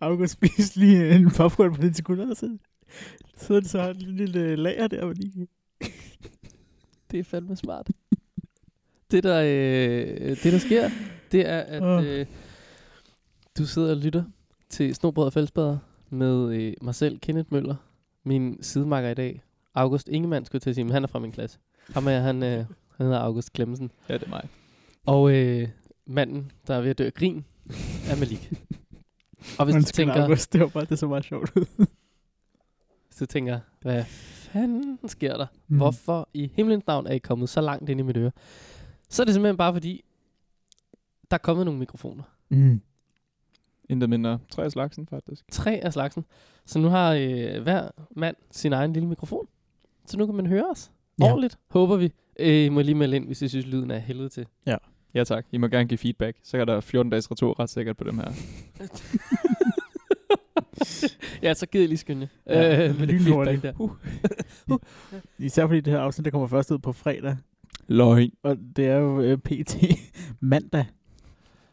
August spiste lige en popcorn på den sekunder, og så sidder det så har en lille lager der. Men lige... Det er fandme smart. Det der, øh, det, der sker, det er, at Åh. øh, du sidder og lytter til Snobrød og Fællesbader med øh, mig selv, Kenneth Møller, min sidemakker i dag. August Ingemann skulle jeg til at sige, men han er fra min klasse. Ham er, han, øh, han hedder August Klemmensen. Ja, det er mig. Og øh, manden, der er ved at dø af grin, er Malik. Og hvis du, Undskyld, tænker, August, det var bare det så meget sjovt. ud. hvis du tænker, hvad fanden sker der? Mm. Hvorfor i himlens navn er I kommet så langt ind i mit øre? Så er det simpelthen bare fordi, der er kommet nogle mikrofoner. Mm. Intet mindre. Tre af slagsen, faktisk. Tre af slagsen. Så nu har øh, hver mand sin egen lille mikrofon. Så nu kan man høre os. Ja. Ja. Ordentligt, håber vi. Øh, I må lige melde ind, hvis I synes, lyden er af helvede til. Ja tak. I må gerne give feedback. Så kan der 14 dages retur ret sikkert på dem her. ja, så gider I lige skynde. Ja, Ja, øh, med det lynhurtigt. feedback der. Især fordi det her afsnit, der kommer først ud på fredag. Løgn. Og det er jo øh, pt. mandag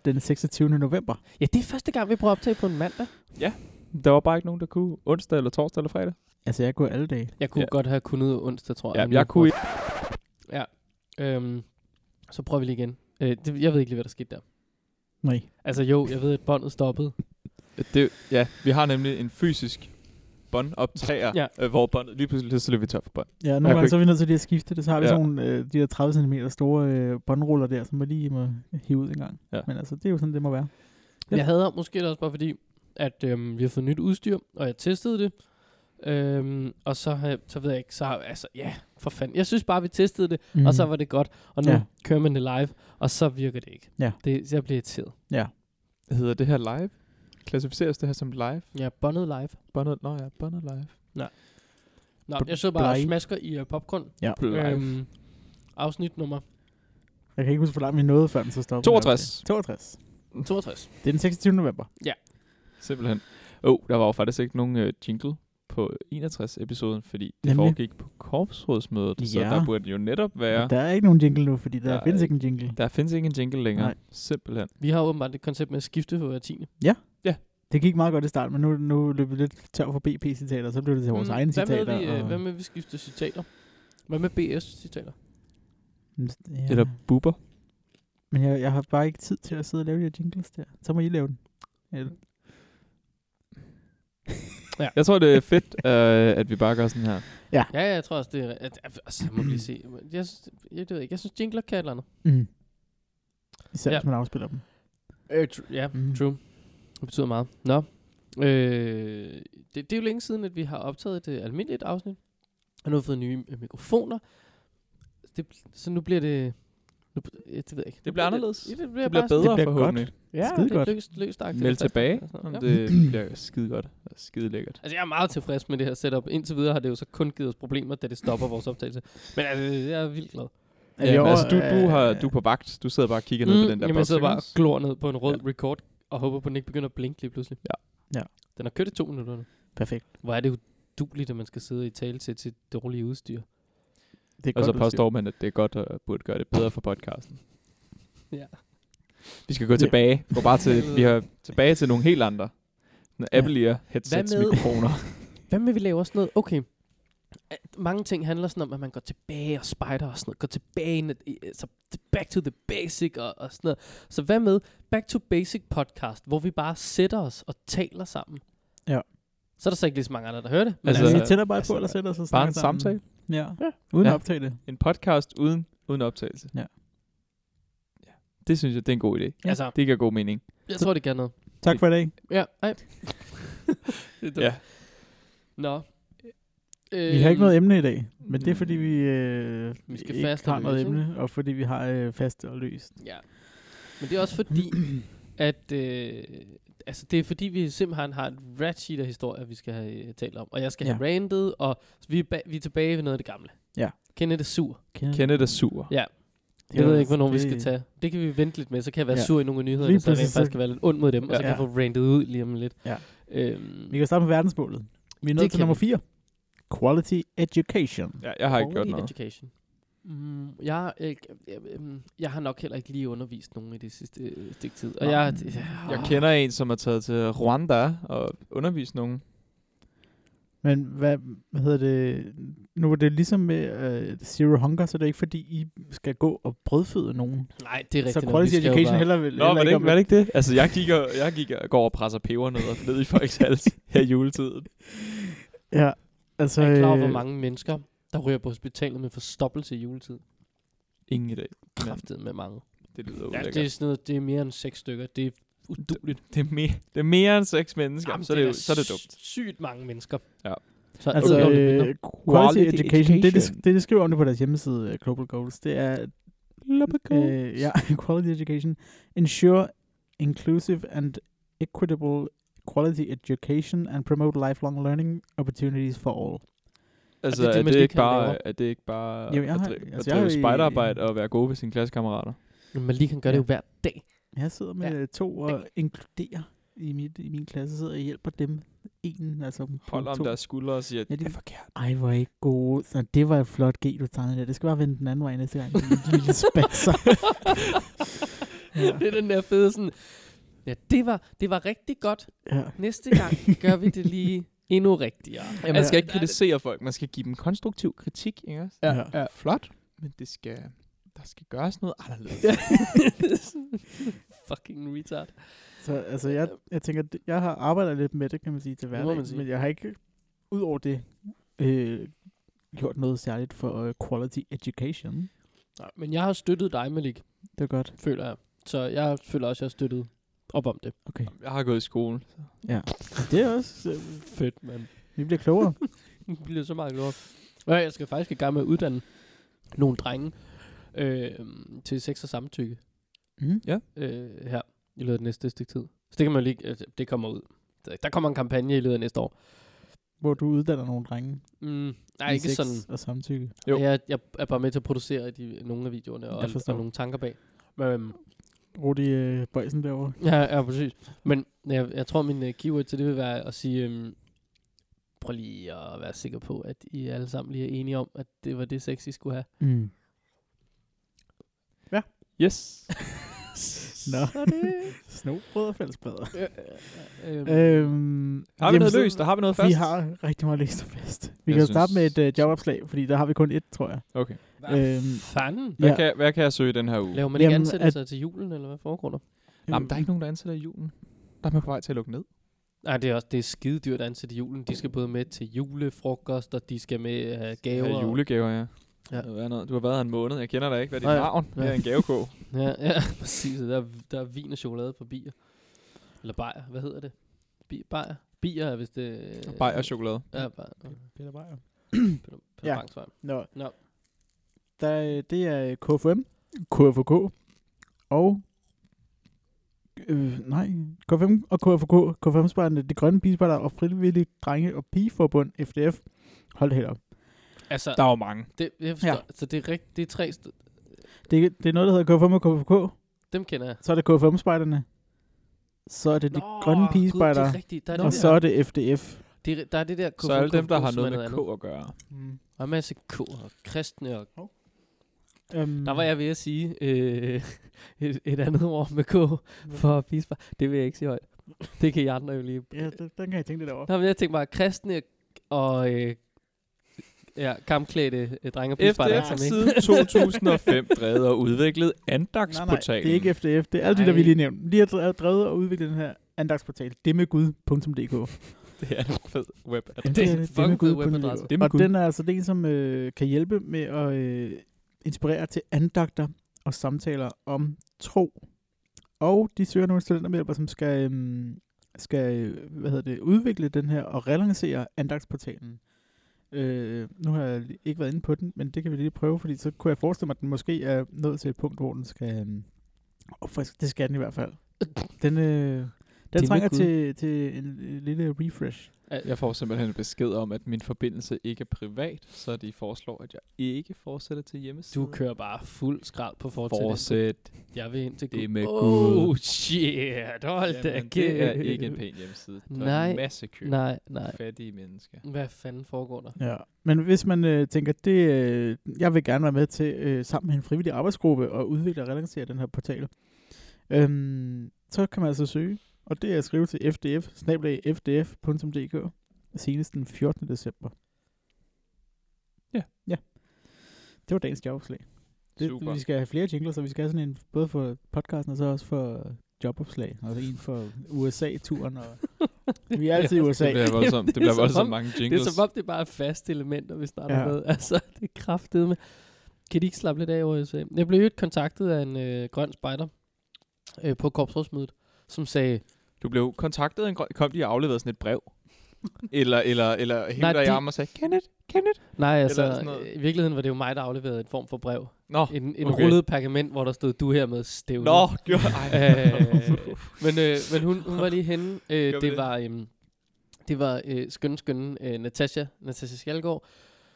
den 26. november. Ja, det er første gang, vi prøver at optage på en mandag. Der var bare ikke nogen, der kunne onsdag eller torsdag eller fredag. Altså, jeg går alle dage. Jeg kunne ja. Ja. godt have kunnet onsdag, tror Ja, jeg. men jeg nu- kunne ikke. Øhm, så prøver vi lige igen. Øh, det, jeg ved ikke lige, hvad der skete der. Nej. Altså jo, jeg ved, at båndet stoppede. Det, ja, vi har nemlig en fysisk båndoptager, Ja. ja. øh, hvor båndet lige pludselig så løb vi tør for bånd. Ja, Jeg nogle kunne gange så er vi nødt til lige at skifte det. Så har vi Ja. ja. sådan nogle, øh, de der 30 cm store øh, båndruller der, som man lige må hive ud en gang. Ja. Men altså, det er jo sådan, det må være. Ja. Jeg havde måske også bare fordi, at øhm, vi har fået nyt udstyr, og jeg testede det. Øhm, og så, har jeg- så ved jeg ikke, så har- altså ja, for fanden. Jeg synes bare, vi testede det, mm. og så var det godt. Og nu ja. Mhm. Ja. kører man det live, og så virker det ikke. Ja. Det, så jeg bliver irriteret. Hedder det her live? Klassificeres det her som live? Jeg er båndet live. Båndet, nå ja, båndet live. Nå, B- jeg sidder bare og blege. smasker i uh, popcorn. Live. Øhm, afsnit nummer Jeg kan ikke huske, hvor langt vi nåede, før den så stoppede. 62. 62. 62. Det er den 26. november. Simpelthen. Åh, oh, der var jo faktisk ikke nogen øh, jingle på 61-episoden, fordi det Nemlig. Nemlig. foregik på korpsrådsmødet, ja. så Ja. der burde jo netop være... Og Der er ikke nogen jingle nu, fordi der Der er ja, findes ikke- ikke en jingle. Der findes ikke en jingle længere. Nej. Nej. Simpelthen. Vi har åbenbart et koncept med at skifte på hver tiende. Det gik meget godt i starten, men nu, nu løb vi lidt tør for BP-citater, så blev det til vores Mm, egne hvad citater. Med vi, øh, og- Hvad med, vi skifter citater? Hvad med BS-citater? Ja. Ja. Eller buber. Men jeg, jeg har bare ikke tid til at sidde og lave de her jingles der. Så må I lave den. Eller, Jeg tror, det er fedt, øh, at vi bare gør sådan her. Ja, ja, jeg tror også, det er... At, at, altså, jeg må lige se. Jeg, synes, jeg, det ved ikke. Jeg synes, jingler kan et eller andet. mm. Især Ja. ja. hvis man afspiller dem. Øh, tr- ja, mm. Mm. true. Det betyder meget. Nå. Øh, det, det er jo længe siden, at vi har optaget et øh, almindeligt afsnit. Og nu har vi fået nye øh, mikrofoner. Det, så nu bliver det... Nu, ja, det ved jeg ikke. Nu Det bliver anderledes. Ja, det bliver, Det bliver bare sådan- bedre det bliver det bliver forhåbentlig. Godt. Ja, Skide det er godt. løst, løst Meld tilbage. om Ja. Det bliver skide godt. og Skide lækkert. Altså, jeg er meget tilfreds med det her setup. Indtil videre har det jo så kun givet os problemer, da det stopper vores optagelse. Men altså, jeg er vildt glad. Er vi Ja, men over- altså, du, du, har, øh, du er på vagt. Du sidder bare og kigger mm, ned på den der jamen, boks. jeg sidder ikke bare og også? glor ned på en rød ja. record, og håber på, at den ikke begynder at blinke lige pludselig. Ja. Ja. Den har kørt i to minutter nu. Perfekt. Hvor er det uduligt, at man skal sidde i tale til sit dårlige udstyr. Det er Og så godt, påstår man, at det er godt og burde gøre det bedre for podcasten. Ja. Vi skal gå tilbage. Gå bare til, vi har tilbage til nogle helt andre. Sådan Ja. Apple Ear headsets Hvad med- mikrofoner. Hvad med, vi laver sådan noget? Okay. At Mange ting handler sådan om, at man går tilbage og spejder og sådan noget. Går tilbage, ind i- i- så back to the basic og, og sådan noget. Så hvad med back to basic podcast, hvor vi bare sætter os og taler sammen? Ja. Så er der så ikke lige så mange andre, der hører det. Men Altså, altså, Altså, vi tænder bare altså, på, eller sætter os og Bare snakker en samtale. Ja. ja. Uden Ja. at optage det. En podcast uden, uden optagelse. Ja. ja. Det synes jeg, det er en god idé. Ja. altså Det giver god mening. jeg tror, det gør noget. Tak for i dag. Ja, ej. det er dumt. Ja. Nå. Øhm, Vi har ikke noget emne i dag, men det er Mm. fordi, vi, øh, Vi vi skal skal ikke fast og har noget løs, ikke? emne, og fordi vi har øh, fast og løst. Ja. Men det er også fordi, at... Øh, altså, det er fordi, vi simpelthen har en ratchet af historier, vi skal have øh, talt om. Og jeg skal ja. Ja. have randet, og vi er, ba- vi er tilbage ved noget af det gamle. Ja. Kende det sur. Kenneth er sur. Ja. Jeg ved ikke, hvornår vi skal tage. Det kan vi vente lidt med, så kan jeg være ja. Ja. sur i nogle af nyhederne, Lige så jeg rent præcis, faktisk så- kan være lidt ond mod dem, ja. og så Ja. kan jeg få randet ud lige om lidt. Ja. Øhm, Vi kan starte med verdensmålet. Vi er Det nået til kan nummer vi. 4. Quality education. Ja, jeg har ikke gjort quality noget. Education. Mm, jeg, har ikke- jeg, jeg, jeg har nok heller ikke lige undervist nogen i det sidste øh, stykke tid. Og Nå. jeg, Jeg kender en, som er taget til Rwanda og undervist nogen. Men hvad, hvad hedder det? Nu var det ligesom med øh, Zero Hunger, så det er ikke fordi, I skal gå og brødføde nogen. Nej, det er rigtigt. Så nok. quality Vi skal jo education bare- heller vil. Nå, var det, ikke, var det ikke det? Altså, jeg, gik og, jeg gik og går og presser peber ned, og ned i folks hals her i juletiden. Ja, altså... Jeg er klar over, øh, hvor mange mennesker, der ryger på hospitalet med forstoppelse i juletid. Ingen i dag. Kraftet med mange. Det lyder Ja, ulækkert. det, er sådan noget, det er mere end seks stykker. Det er uduligt. Det, er mere, det er mere end seks mennesker, Jamen, så, er det, da jo, så er det dumt. Sygt mange mennesker. Ja. Så Altså, okay. okay. øh, øh, quality Quality education, education. Det, de, education. sk- det, de skriver om det på deres hjemmeside, øh, Global Goals, det er, at, øh, ja, quality education, ensure inclusive and equitable quality education and promote lifelong learning opportunities for all. Altså, det er det, det, det, er, man det skal ikke kalde bare, laver. er det ikke bare Jamen, jeg at, har- drive, altså, at jeg drive har i- spejderarbejde og være gode ved sine klassekammerater? men lige kan gøre det jo hver dag. Jeg sidder med ja. to og inkluderer i, mit, i min klasse, sidder og hjælper dem en, altså på Holder om to. deres skuldre og siger, at Ja, ja, det er det- forkert. Ej, hvor er I gode. Så det var et flot G, du tegnede der. Det skal bare vende den anden vej næste gang. din lille spasser. ja. Det er den der fede sådan... Ja, det var, det var rigtig godt. Ja. Næste gang gør vi det lige endnu rigtigere. Ja, man Altså, skal ikke der er det- kritisere folk, man skal give dem konstruktiv kritik, ikke også? Ja, ja. Flot, men det skal, der skal gøres noget anderledes. Ja. Det er sådan fucking retard. Så altså, jeg, jeg tænker, det- jeg har arbejdet lidt med det, kan man sige, til Det må hverdag. man sige. Men jeg har ikke, ud over det, øh, gjort noget særligt for øh, quality education. Nej, men jeg har støttet dig, Malik, Det er godt. føler jeg. Så jeg føler også, at jeg har støttet op om det. Okay. Jeg har gået i skole. Men det er også... Øh, Fedt, mand. vi bliver klogere. Nu bliver det så meget klogere. Ja, jeg skal faktisk i gang med at uddanne nogle drenge øh, til sex og samtykke Mm. øh, her i løbet af det næste stykke tid. Så det kan man jo lige, altså, det kommer ud. Der- Der kommer en kampagne i løbet af næste år. Hvor du uddanner nogle drenge. Mm, nej, i ikke sex sådan. Og samtykke. Jo. Jeg, jeg er bare med til at producere de, nogle af videoerne og, Jeg forstår. og nogle tanker bag. Men, øhm, Rudi øh, Bøjsen derovre. Ja, ja, præcis. Men jeg, jeg tror, min uh, keyword til det vil være at sige, um, prøv lige at være sikker på, at I alle sammen lige er enige om, at det var det sex, I skulle have. Mm. Yes. Nå. Så er det... Snobrød og fællesbrædder. Ja, ja, øhm, Øhm, Har vi noget så- løst? Der har vi noget fast? Vi har rigtig meget løst og fast. Vi Jeg jeg kan synes... starte med synes- et øh, jobopslag, fordi der har vi kun et, tror jeg. Okay. Hvad øhm, fanden? Hvad, Ja. ja. kan, hvad kan jeg søge i den her uge? Laver man ikke Jamen, ansættelser til julen, eller hvad foregår der? Jamen, der er ikke nogen, der ansætter i julen. Der er man på vej til at lukke ned. Nej, det er også det er skide dyrt at ansætte i julen. De skal både med til julefrokost, og de skal med uh, gaver. Ja, og- julegaver, ja. Ja. Noget andet. Du har været her en måned. Jeg kender dig ikke. Hvad er dit Nej. navn? Det er Ja. en gavekog. Ja, ja, præcis. Der er, der er vin og chokolade på bier. Eller bajer. Hvad hedder det? Bi- bajer? Bier er vist det... Bajer og chokolade. Mm. Ja, bajer. Peter Beyer. Peter, Ja. Peter Bangsvej. Nå. Nå. Der, øh, det er KFM, KFK og... Øh, nej, KFM og KFK, KFM-spejderne, de grønne pigespejder og frivillige drenge- og pigeforbund, FDF. Hold det helt op. Altså, Der er jo mange. det, jeg forstår. Ja. Ja. Så det er, rigt, det er tre... St- Det, det er noget, der hedder KFM og KFK. dem kender jeg. Så er det KFM-spejderne. Så er det de Nå, grønne Gud, pigespejder. det er rigtigt. Der er, Og det så der, er det FDF. det, er- der er det der... Så alle dem, der har som noget er med K andet. at gøre. Mm. Der er en masse K og kristne og... Øhm, Der var jeg ved at sige øh, et, et andet ord med K for pisbar. Det vil jeg ikke sige højt. Det kan I andre jo lige... Ja, den, den kan jeg tænke lidt over. Nå, men jeg tænkte bare, kristne og... Øh, ja, kampklædte øh, drenge og pisbar. FDF har siden 2005 drevet og udviklet Nej, nej, andagtsportalen. det er ikke FDF. Det er alle de, der Nej. vi lige nævnte. De har dre- drevet og udviklet den her andagtsportal, demmegud.dk. Det er en fed web. Det er en fucking fed webadresse. Det og den er altså det, som øh, kan hjælpe med at øh, inspirere til andagter og samtaler om tro. Og de søger nogle studentermedhjælpere, som skal, øh, skal øh, hvad hedder det, udvikle den her og relancere andagtsportalen. Øh, nu har jeg ikke været inde på den, men det kan vi lige prøve, fordi så kunne jeg forestille mig, at den måske er nået til et punkt, hvor den skal øh, opfriske. Det skal den i hvert fald. Den, øh, den med trænger Gud. til, til en, en lille refresh. Øh, Jeg får simpelthen en besked om, at min forbindelse ikke er privat, så de foreslår, at jeg ikke fortsætter til hjemmesiden. Du kører bare fuld skrald på fortsæt. Fortsæt. Jeg vil ind til Det er med oh, Gud. shit. Hold da Jamen, kæft. det er ikke en pæn hjemmeside. Der er Nej. en masse kø. Nej, nej. Fattige mennesker. Hvad fanden foregår der? Ja, men hvis man øh, tænker, det, øh, jeg vil gerne være med til øh, sammen med en frivillig arbejdsgruppe og udvikle og relancere den her portal, øhm, så kan man altså søge, og det er at skrive til fdf, snablag fdf.dk, senest den 14. december. Ja. Ja. Det var dagens jobopslag. Det, Super. Vi skal have flere jingler, så vi skal have sådan en, både for podcasten og så også for jobopslag. Og en for USA-turen. Og vi er altid i USA. Det bliver voldsomt, det det er bliver som voldsomt om- mange Det er jingles. som om, det bare er faste elementer, vi starter ja. Ja. med. Altså, det er kraftet med. Kan de ikke slappe lidt af over USA? Jeg blev jo kontaktet af en øh, grøn spejder øh, på korpsrådsmødet, som sagde, Du blev kontaktet, af en grøn, kom de og afleverede sådan et brev? eller eller, eller hende der de- i armen og sagde, Kenneth, Kenneth. nej, sådan altså, noget. øh, i virkeligheden var det jo mig, der afleverede en form for brev. Nå, En, en okay. okay. rullet pergament, hvor der stod, du her med stævne. nå, det var, Øh, ej. men øh, men hun, hun var lige henne. Øh, det, det? det var øhm, det var øh, skønne, skønne øh, Natasha, Natasha Skalgaard,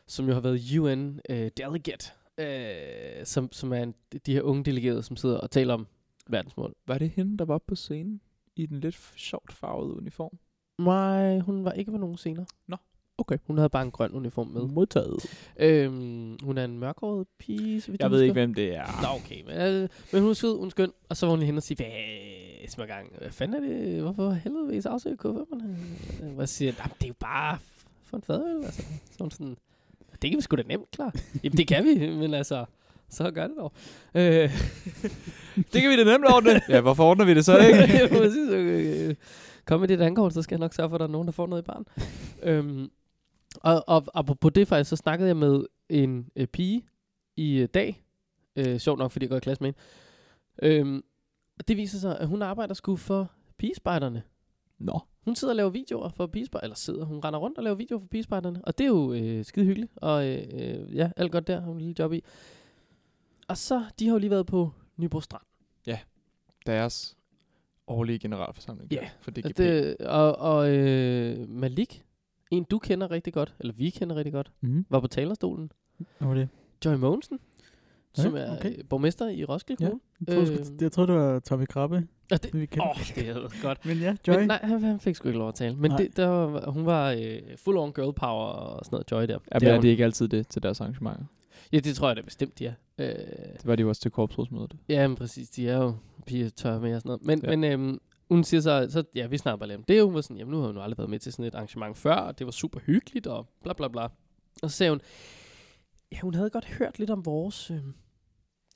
som jo har været UN øh, delegate, øh, som, som er en, de her unge delegerede, som sidder og taler om verdensmål. var det hende, der var på scenen i den lidt sjovt farvede uniform? Nej, hun var ikke på nogen scener. Nå, Mm. okay. Hun havde bare en grøn uniform med. Modtaget. Øhm, hun er en mørkhåret pige, så vidt Jeg ved husker. ikke, hvem det er. Nå, okay. Men, øh, men hun er sød, hun er skøn. Og så var hun lige henne og sige, hvad smør gang? Hvad fanden er det? Hvorfor helvede vil I så afsøge kufferen? Og jeg siger, "Nå, men det er jo bare f- for en fadøl. Altså. Så hun sådan, det kan vi sgu da nemt, klar. Jamen, det kan vi, men altså, så gør det dog. Øh, Det kan vi da nemt ordne. ja, hvorfor ordner vi det så ikke? Præcis, øh, okay. Kom med dit ankort, så skal jeg nok sørge for, at der er nogen, der får noget i barn. øhm, og, og apropos det faktisk, så snakkede jeg med en øh, pige i øh, dag. Øh, sjovt nok, fordi jeg går i klasse med hende. Øhm, og det viser sig, at hun arbejder sgu for pigespejderne. Nå, Hun sidder og laver videoer for pigespejderne, eller sidder, hun render rundt og laver videoer for pigespejderne, og det er jo øh, skide hyggeligt, og øh, øh, ja, alt godt der, har hun en lille job i. Og så, de har jo lige været på Nybro Strand. deres årlige generalforsamling. Ja, for DGP. Og Det, og og øh, Malik, en du kender rigtig godt, eller vi kender rigtig godt, Mm-hmm. var på talerstolen. Hvad var det? Joy Mogensen, Ja, som er okay. okay. borgmester i Roskilde Ja. Kommune. Jeg troede, øh, Øhm. jeg troede, det var Tommy Krabbe, Og det, vi kender. åh, det er godt. Men ja, Joy. Men nej, han, han fik sgu ikke lov at tale. Men Nej. det, der var, hun var øh, full on girl power og sådan noget Joy der. Ja, det men er er hun. det ikke altid det til deres arrangementer? Ja, det tror jeg da bestemt, de er. Øh, Det var det jo også til korpsrådsmødet. Ja, men præcis. De er jo piger tør med og sådan noget. Men, ja. Ja. men øhm, hun siger så, så ja, vi snakker bare lidt om det. Hun var sådan, jamen nu har hun jo aldrig været med til sådan et arrangement før, og det var super hyggeligt, og bla bla bla. Og så sagde hun, ja, hun havde godt hørt lidt om vores... Øhm,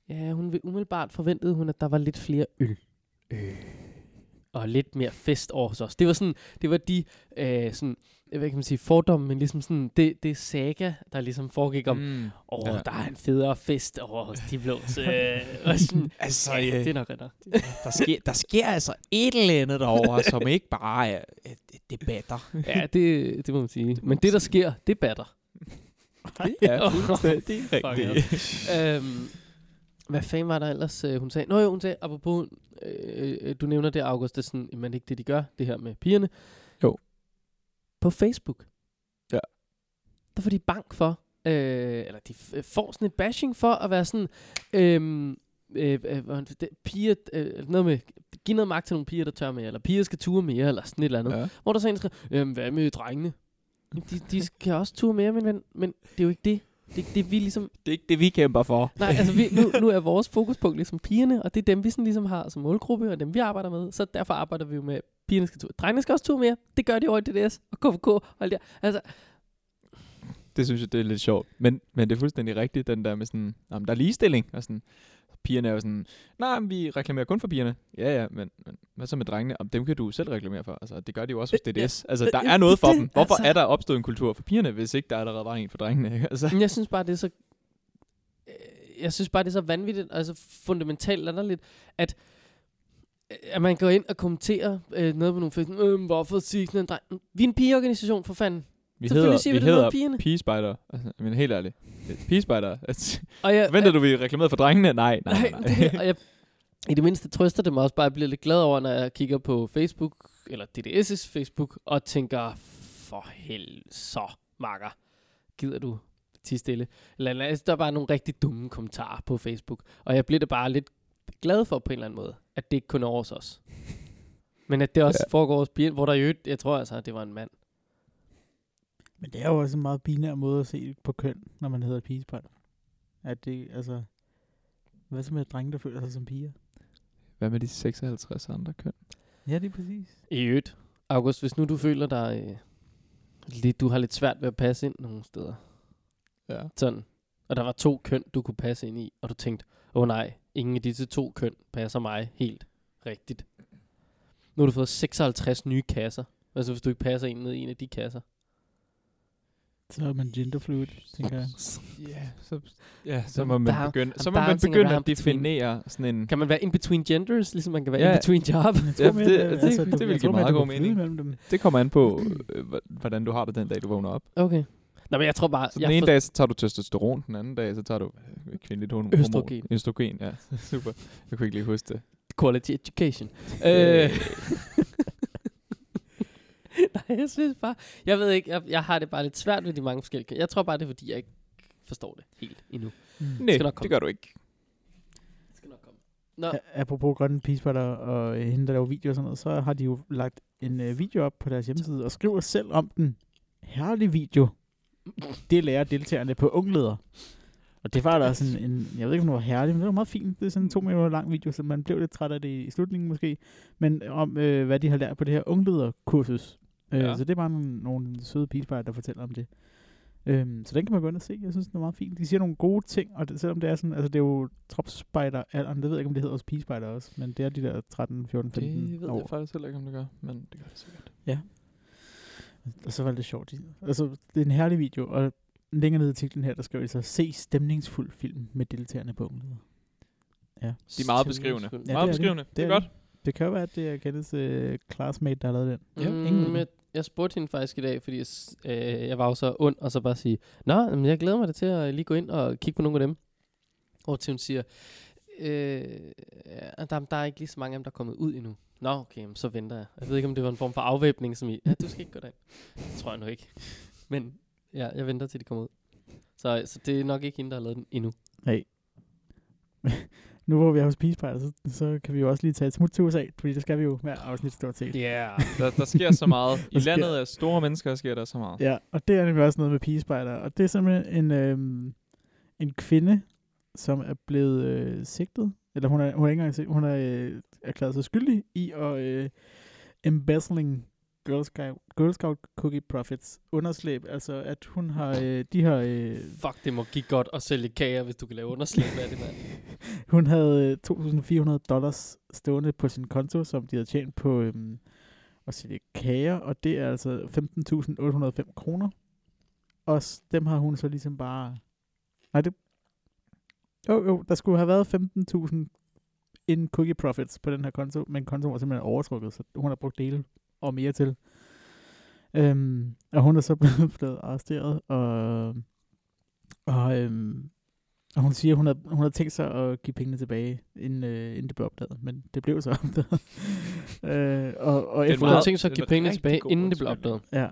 ja, hun vil- umiddelbart forventede hun, at der var lidt flere øl. Øh. Og lidt mere fest over hos os. Det var sådan, det var de, øh, sådan, øh, hvad kan man sige, fordomme, men ligesom sådan, det, det saga, der ligesom foregik om, Mm. Åh, oh, Ja. ja. der er en federe fest over hos de blå. Så, øh, og sådan, Altså, ja, øh, det er nok rigtig. der, sker, der sker altså et eller andet derovre, som ikke bare er debatter. Ja, det, det må man sige. Men det, der sker, det batter. Ja, Åh, fuldstændig fuck rigtigt. øhm, hvad fanden var der ellers, øh, hun sagde? Nå jo, hun sagde, apropos, øh, øh, du nævner det, August, det er sådan, men det er ikke det, de gør, det her med pigerne. Jo. På Facebook. Ja. Der får de bank for, øh, eller de f- får sådan et bashing for at være sådan, øh, øh, øh, hvad- det- piger, øh, noget med, giv noget magt til nogle piger, der tør mere, eller piger skal ture mere, eller sådan et eller andet. Ja. Hvor der så en skriver, jamen hvad med drengene? Jamen, De, de skal også ture mere, men, men, men det er jo ikke det. Det er ikke det, vi ligesom... Det er ikke det, vi kæmper for. Nej, altså vi, nu, nu er vores fokuspunkt ligesom pigerne, og det er dem, vi sådan ligesom har som målgruppe, og dem, vi arbejder med. Så derfor arbejder vi jo med, pigerne skal ture. Drengene skal også ture mere. Det gør de over i DDS og KFK og alt det der. Altså, Det synes jeg, det er lidt sjovt. Men, men det er fuldstændig rigtigt, den der med sådan, jamen, der er ligestilling, og sådan, pigerne er jo sådan, nej, men vi reklamerer kun for pigerne. Ja, ja, men, men hvad så med drengene? Jamen, dem kan du jo selv reklamere for. Altså, det gør de jo også hos Øh, ja. DDS. Altså, der Øh, er noget for det- dem. Hvorfor altså- er der opstået en kultur for pigerne, hvis ikke der allerede var en for drengene? Ikke? Altså, men jeg synes bare, det er så... øh, Jeg synes bare, det er så vanvittigt, altså fundamentalt latterligt, at øh, at man går ind og kommenterer øh, noget på nogle fest. Øh, hvorfor siger I sådan en dreng? Vi er en pigeorganisation, for fanden. vi Selvfølgelig hedder, siger vi vi det hedder hedder med pigerne. pigespejder. Altså, men helt ærligt, pigespejder. Altså, Og jeg, venter du, vi reklamerede for drengene? Nej, nej, nej. Nej, nej. det er det, og jeg, i det mindste trøster det mig også bare, at jeg bliver lidt glad over, når jeg kigger på Facebook, eller DDS' Facebook, og tænker, for hel så, makker. Gider du til stille? Eller, eller, altså, der er bare nogle rigtig dumme kommentarer på Facebook. Og jeg bliver da bare lidt glad for på en eller anden måde, at det ikke kun er over hos os. Men at det også ja. foregår hos pigen, hvor der i øvrigt, jeg tror altså, at det var en mand. Men det er jo også en meget binær måde at se på køn, når man hedder pigespejl. At det, altså... Hvad så med drenge, der føler sig som piger? Hvad med de 56 andre køn? Ja, det er præcis. I øvrigt, August, hvis nu du føler dig øh, lidt, du har lidt svært ved at passe ind nogle steder, Ja. sådan, og der var to køn, du kunne passe ind i, og du tænkte, åh oh, nej, ingen af disse to køn passer mig helt rigtigt. Nu har du fået 56 nye kasser. Hvad så, hvis du ikke passer ind ned i en af de kasser? Så er man genderfluid, tænker jeg. Ja, så, ja, så Jamen, må man der er- begynde, så jamen, må der er man ting, der begynde er at between- definere sådan en... Kan man være in between genders, ligesom man kan være Ja. in between job? Jeg tror Ja, mere, det- at- det- altså, det du- vil jeg give tror mere, meget at du god kan flyde mening. mellem dem. Det kommer an på, øh, hva- hvordan du har det den dag, du vågner op. Okay. Nå, men jeg tror bare... Så den jeg ene for- dag, så tager du testosteron, den anden dag, så tager du øh, kvindeligt hormon. Østrogen. Østrogen, ja. Super. Jeg kunne ikke lige huske det. Quality education. Øh. øh. Nej, jeg synes bare... Jeg ved ikke, jeg, jeg har det bare lidt svært ved de mange forskellige køn. Jeg tror bare, det er fordi, jeg ikke forstår det helt endnu. Mm. Nej, Skal nok komme. det gør du ikke. Det skal nok komme. Nå, A- Apropos grønne pigespejler og øh, hende, der laver videoer og sådan noget, så har de jo lagt en øh, video op på deres hjemmeside og skriver selv om den. Herlig video. Det lærer deltagerne på ungleder. Og det var da sådan en, jeg ved ikke om det var herlig, men det var meget fint. Det er sådan en to minutter lang video, så man blev lidt træt af det i slutningen måske. Men om øh, hvad de har lært på det her unglederkursus. Øh, Ja. Så det er bare nogle, nogle søde pigespejler, der fortæller om det. Øhm, så den kan man gå ind og se. Jeg synes, den er meget fin. De siger nogle gode ting, og det, selvom det er sådan, altså det er jo tropspejder-alderen, det ved jeg ikke, om det hedder også pigespejder også, men det er de der 13, 14, 15 Det ved år. jeg faktisk heller ikke, om det gør, men det gør det sikkert. Og så var det sjovt. De- Altså, det er en herlig video, og længere ned i artiklen her, der skriver de så, se stemningsfuld film med deltagerne på ungleder. De er meget beskrivende. Ja, det meget er det. beskrivende. Det, Det er, er godt. Det kan jo være, at det er Kenneths øh, classmate, der har lavet den. Ja, Ingen ved mm, det. jeg, jeg spurgte hende faktisk i dag, fordi jeg, s- øh, jeg var jo så ond, og så bare sige, Nå, jamen, jeg glæder mig da til at lige gå ind og kigge på nogle af dem. Og til hun siger, øh, ja, der, der er ikke lige så mange af dem, der er kommet ud endnu. Nå, okay, jamen, så venter jeg. Jeg ved ikke, om det var en form for afvæbning, som i, ja, du skal ikke gå derind. Det tror jeg nu ikke. Men ja, jeg venter til de kommer ud. Så, så det er nok ikke hende, der har lavet den endnu. Nej. nu hvor vi er hos pigespejder, så, så kan vi jo også lige tage et smut til USA, fordi det skal vi jo hver afsnit stort set. Yeah. Der, der sker så meget. I Der sker- landet af store mennesker sker der så meget. Ja, og det er nemlig også noget med pigespejder. Og det er simpelthen en, øhm, en kvinde, som er blevet øh, sigtet. Eller hun er, hun er ikke engang sigtet. Hun er øh, erklæret sig skyldig i at øh, embezzling Girl Scout, Girl Scout Cookie Profits underslæb. Altså, at hun har, øh, de har, øh, Fuck, det må give godt at sælge kager, hvis du kan lave underslæb af det, mand. hun havde øh, 2.400 dollars stående på sin konto, som de havde tjent på øhm, at sælge kager, og det er altså 15.805 kroner. Og s- dem har hun så ligesom bare... Nej, det... Jo, jo, der skulle have været 15.000 in cookie profits på den her konto, men kontoen var simpelthen overtrukket, så hun har brugt dele og mere til. Øhm, og hun er så blevet, blevet arresteret, og, og, øhm, og hun siger, hun har, hun har tænkt sig at give pengene tilbage, inden, øh, inden det blev opdaget, men det blev så opdaget. øh, og, og Det er efter- Hun havde meget- tænkt sig det at give er en pengene rigtig tilbage, god inden det blev opdaget. undskyldning. Ja,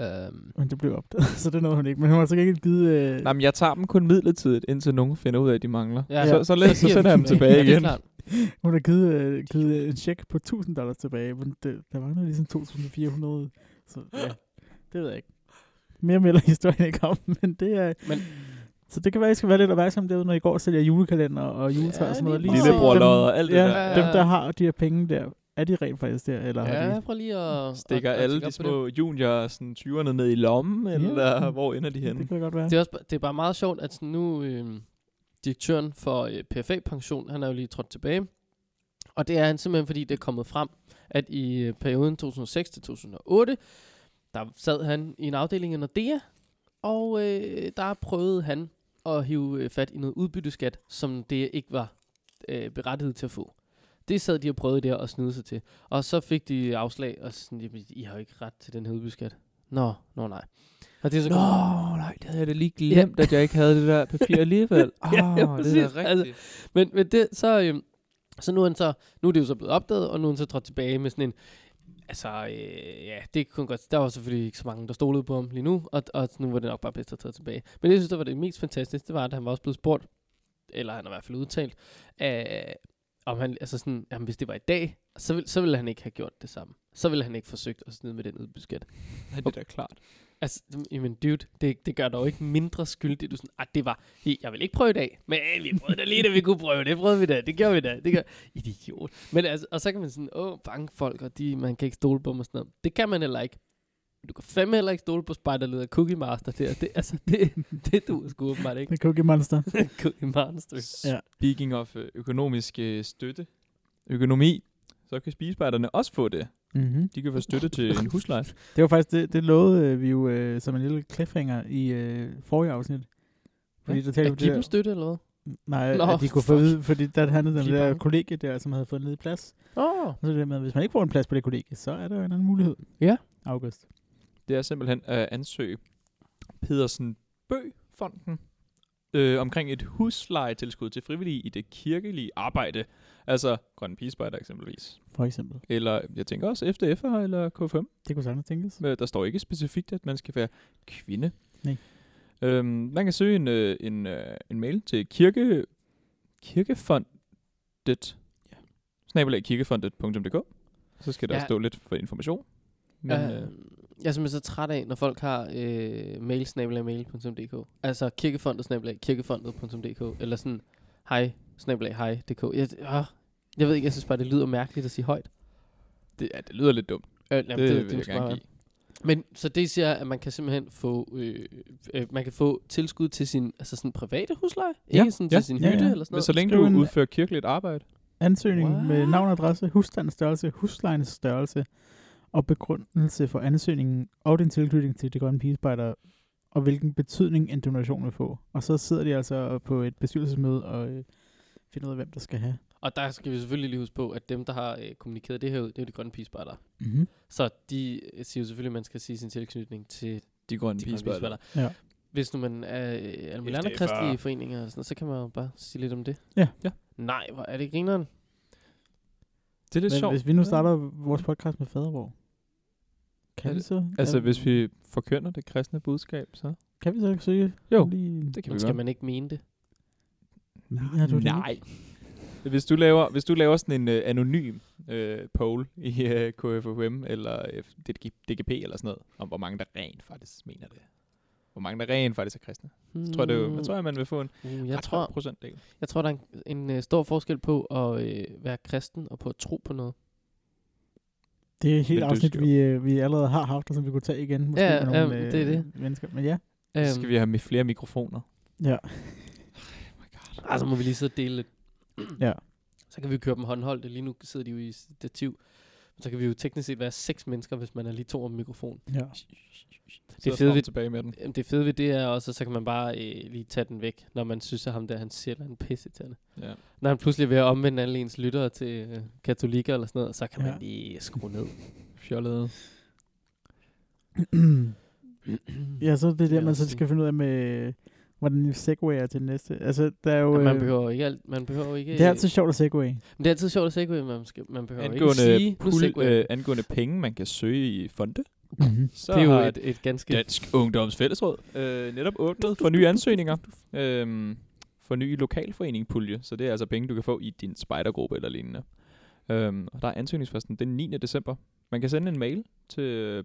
Øhm, men det blev opdaget, så det nåede hun ikke. Men hun har så ikke givet... Øh, Nej, men jeg tager dem kun midlertidigt, indtil nogen finder ud af, at de mangler. Ja. Så, så, læ- så giver sender jeg dem tilbage Ja, det er igen. klart. Hun har givet, øh, givet en check på 1000 dollars tilbage, men det, der mangler ligesom 2400. Så ja, det ved jeg ikke. Mere melder historien ikke om, men det er... Men- så det kan være, at I skal være lidt opmærksom derude, når I går og sælger julekalender og juletræ Ja, og sådan noget. lige se præcis. Lillebror dem- Lillebror og alt det ja, der. dem, der har de her penge der, er de rent faktisk der, eller har Ja, de... prøv lige at... Stikker at- at alle tjekke de op på det. små junior sådan 20'erne ned i lommen, Ja. eller hvor ender de henne? Det kan det godt være. Det er, også, ba- det er bare meget sjovt, at sådan nu øh, direktøren for øh, PFA Pension, han er jo lige trådt tilbage. Og det er han simpelthen, fordi det er kommet frem, at i øh, perioden 2006 til 2008, der sad han i en afdeling af Nordea, og øh, der prøvede han at hive øh, fat i noget udbytteskat, som det ikke var øh, berettiget til at få. Det sad de og prøvede der at snyde sig til. Og så fik de afslag, og sådan, "Jamen, I har jo ikke ret til den her udbytteskat. Nå, nå nej. Og det er så kommet- nej, det havde jeg da lige glemt, at jeg ikke havde det der papir alligevel. Ah, Åh, Ja, ja, præcis. Altså, Men, men det, så, øhm, så nu er han så, nu er det jo så blevet opdaget, og nu er han så trådt tilbage med sådan en, altså, øh, ja, det kunne godt... Der var selvfølgelig ikke så mange, der stolede på ham lige nu, og, og nu var det nok bare bedst at tage tilbage. Men det, jeg synes, der var det mest fantastiske, det var, at han var også blevet spurgt, eller han har i hvert fald udtalt, øh, om han, altså sådan, jamen, hvis det var i dag, så, vil, så ville han ikke have gjort det samme. Så ville han ikke forsøgt at snyde med den udbudsskat. Ja, det er da klart. Altså, jamen dude, det, det gør dig jo ikke mindre skyldig. Du er sådan, ah, det var, hey, jeg vil ikke prøve i dag, men hey, vi prøvede da lige, da vi kunne prøve. Det prøvede vi da, det gjorde vi da. Det gør... Idiot. Men altså, og så kan man sådan, åh, bange folk, og de, man kan ikke stole på dem og sådan noget. Det kan man heller ikke. Du kan fandme heller ikke stole på spejderleder Cookie Master der. Det, altså, det, det du sgu åbenbart ikke. The Cookie Monster. Cookie Master. Ja. Speaking of øh, økonomisk øh, støtte, økonomi, så kan spisebejlerne også få det. Mm-hmm. De kan få støtte til en husleje. Det var faktisk det, det lovede øh, vi jo øh, som en lille cliffhanger i øh, forrige afsnit. Fordi Ja, der talte vi Er det give der- dem støtte eller hvad? Nej, Nå, Nå, at de kunne få fuck. ud, fordi der handlede det om De det er der bange. kollegie der, som havde fået en ledig plads. Åh. Oh. Og så det der med, at hvis man ikke får en plads på det kollegie, så er der jo en anden mulighed. Ja. August. Det er simpelthen at ansøge Pedersen Bø-fonden øh, omkring et huslejetilskud til frivillige i det kirkelige arbejde. Altså Grønne Pigespejder eksempelvis. For eksempel. Eller jeg tænker også FDF'er eller K5. Det kunne sagtens tænkes. Men Der står ikke specifikt, at man skal være kvinde. Nej. Øhm, man kan søge en, øh, en, øh, en mail til kirke, kirkefondet. Ja. Snabelag kirkefondet.dk Så skal der Ja. ja. stå lidt for information. Men, øh, øh, jeg er simpelthen så træt af, når folk har øh, mail-mail.dk. Altså kirkefondet-kirkefondet.dk. Eller sådan, hej, snabelag, hej, dk. Jeg, øh, jeg ved ikke, jeg synes bare, det lyder mærkeligt at sige højt. det, ja, det lyder lidt dumt. Øh, jamen, det, vil jeg måske gerne bare- give. Men så det siger, at man kan simpelthen få, øh, øh, man kan få tilskud til sin, altså sådan private husleje? Ja, Ikke sådan ja, til sin ja, hytte ja. eller sådan Men noget? så længe Skriv en- du udfører kirkeligt arbejde, Ansøgning What? What? med navn og adresse, husstandens størrelse, huslejens størrelse og begrundelse for ansøgningen og den tilknytning til de grønne pigespejder og hvilken betydning en donation vil få. Og så sidder de altså på et bestyrelsesmøde og øh, finder ud af, hvem der skal have. Og der skal vi selvfølgelig lige huske på, at dem, der har øh, kommunikeret det her ud, det er jo de grønne pigespejder. Mm-hmm. Så de øh, siger jo selvfølgelig, at man skal sige sin tilknytning til de grønne de grønne pigespejder. pigespejder. Ja. Hvis nu man er øh, alle mulige FDF'er. andre kristelige foreninger, og sådan, noget, så kan man jo bare sige lidt om det. Ja. Ja. Nej, hvor er det grineren? Det er lidt Men sjovt. hvis vi nu starter vores podcast med fadervor, kan Er vi det- så, Altså, er- hvis vi forkynder det kristne budskab, så... kan vi så ikke søge? Jo, Lige, det kan Men vi skal godt. man ikke mene det? Mener du det Nej. Hvis du laver, hvis du laver sådan en øh, anonym øh, poll i øh, KFUM eller øh, F- DG, DGP eller sådan noget, om hvor mange der rent faktisk mener det. Hvor mange der rent faktisk er kristne. Mm. Tror jeg, det er, jo- jeg tror, at man vil få en Hmm. Uh, jeg, ret høj tror, procentdel. jeg tror, der er en, en øh, stor forskel på at øh, være kristen og på at tro på noget. Det er et helt Men du afsnit, skal- vi, øh, vi allerede har haft, og som vi kunne tage igen. Måske Ja, med nogle, øh, ja, det er det. Mennesker. Men ja. Øhm. Så skal vi have med flere mikrofoner. ja. Oh Altså må vi lige sidde og dele lidt. Ja. Så kan vi jo køre dem håndholdt. Lige nu sidder de jo i stativ. Så kan vi jo teknisk set være seks mennesker, hvis man er lige to om mikrofonen. ja. Det fede er fedt. ved- Vi... tilbage med den. Jamen, det fede ved det er også, at så kan man bare øh, lige tage den væk, når man synes, at ham der, han siger, at han er pissetærende. Ja. Når han pludselig er ved at omvende alle ens lyttere til øh, katolikker eller sådan noget, så kan ja. Ja. man lige skrue ned. Fjollede. ja, så er det vil der, jeg man også så sige. skal finde ud af med, hvordan vi segwayer til den næste. Altså, der er jo... Og man øh, behøver ikke alt, man behøver ikke... det er altid sjovt at segway. men det er altid sjovt at segway, man, skal, man behøver Angående, ikke sige, nu pul, segway. øh, angående penge, man kan søge i fonde, Mm-hmm. så det er jo har et, et ganske... Dansk Ungdoms Fællesråd øh, netop åbnet for nye ansøgninger. Øhm, for ny lokalforeningpulje, så det er altså penge, du kan få i din spejdergruppe eller lignende. Øhm, og der er ansøgningsfristen den 9. december. Man kan sende en mail til...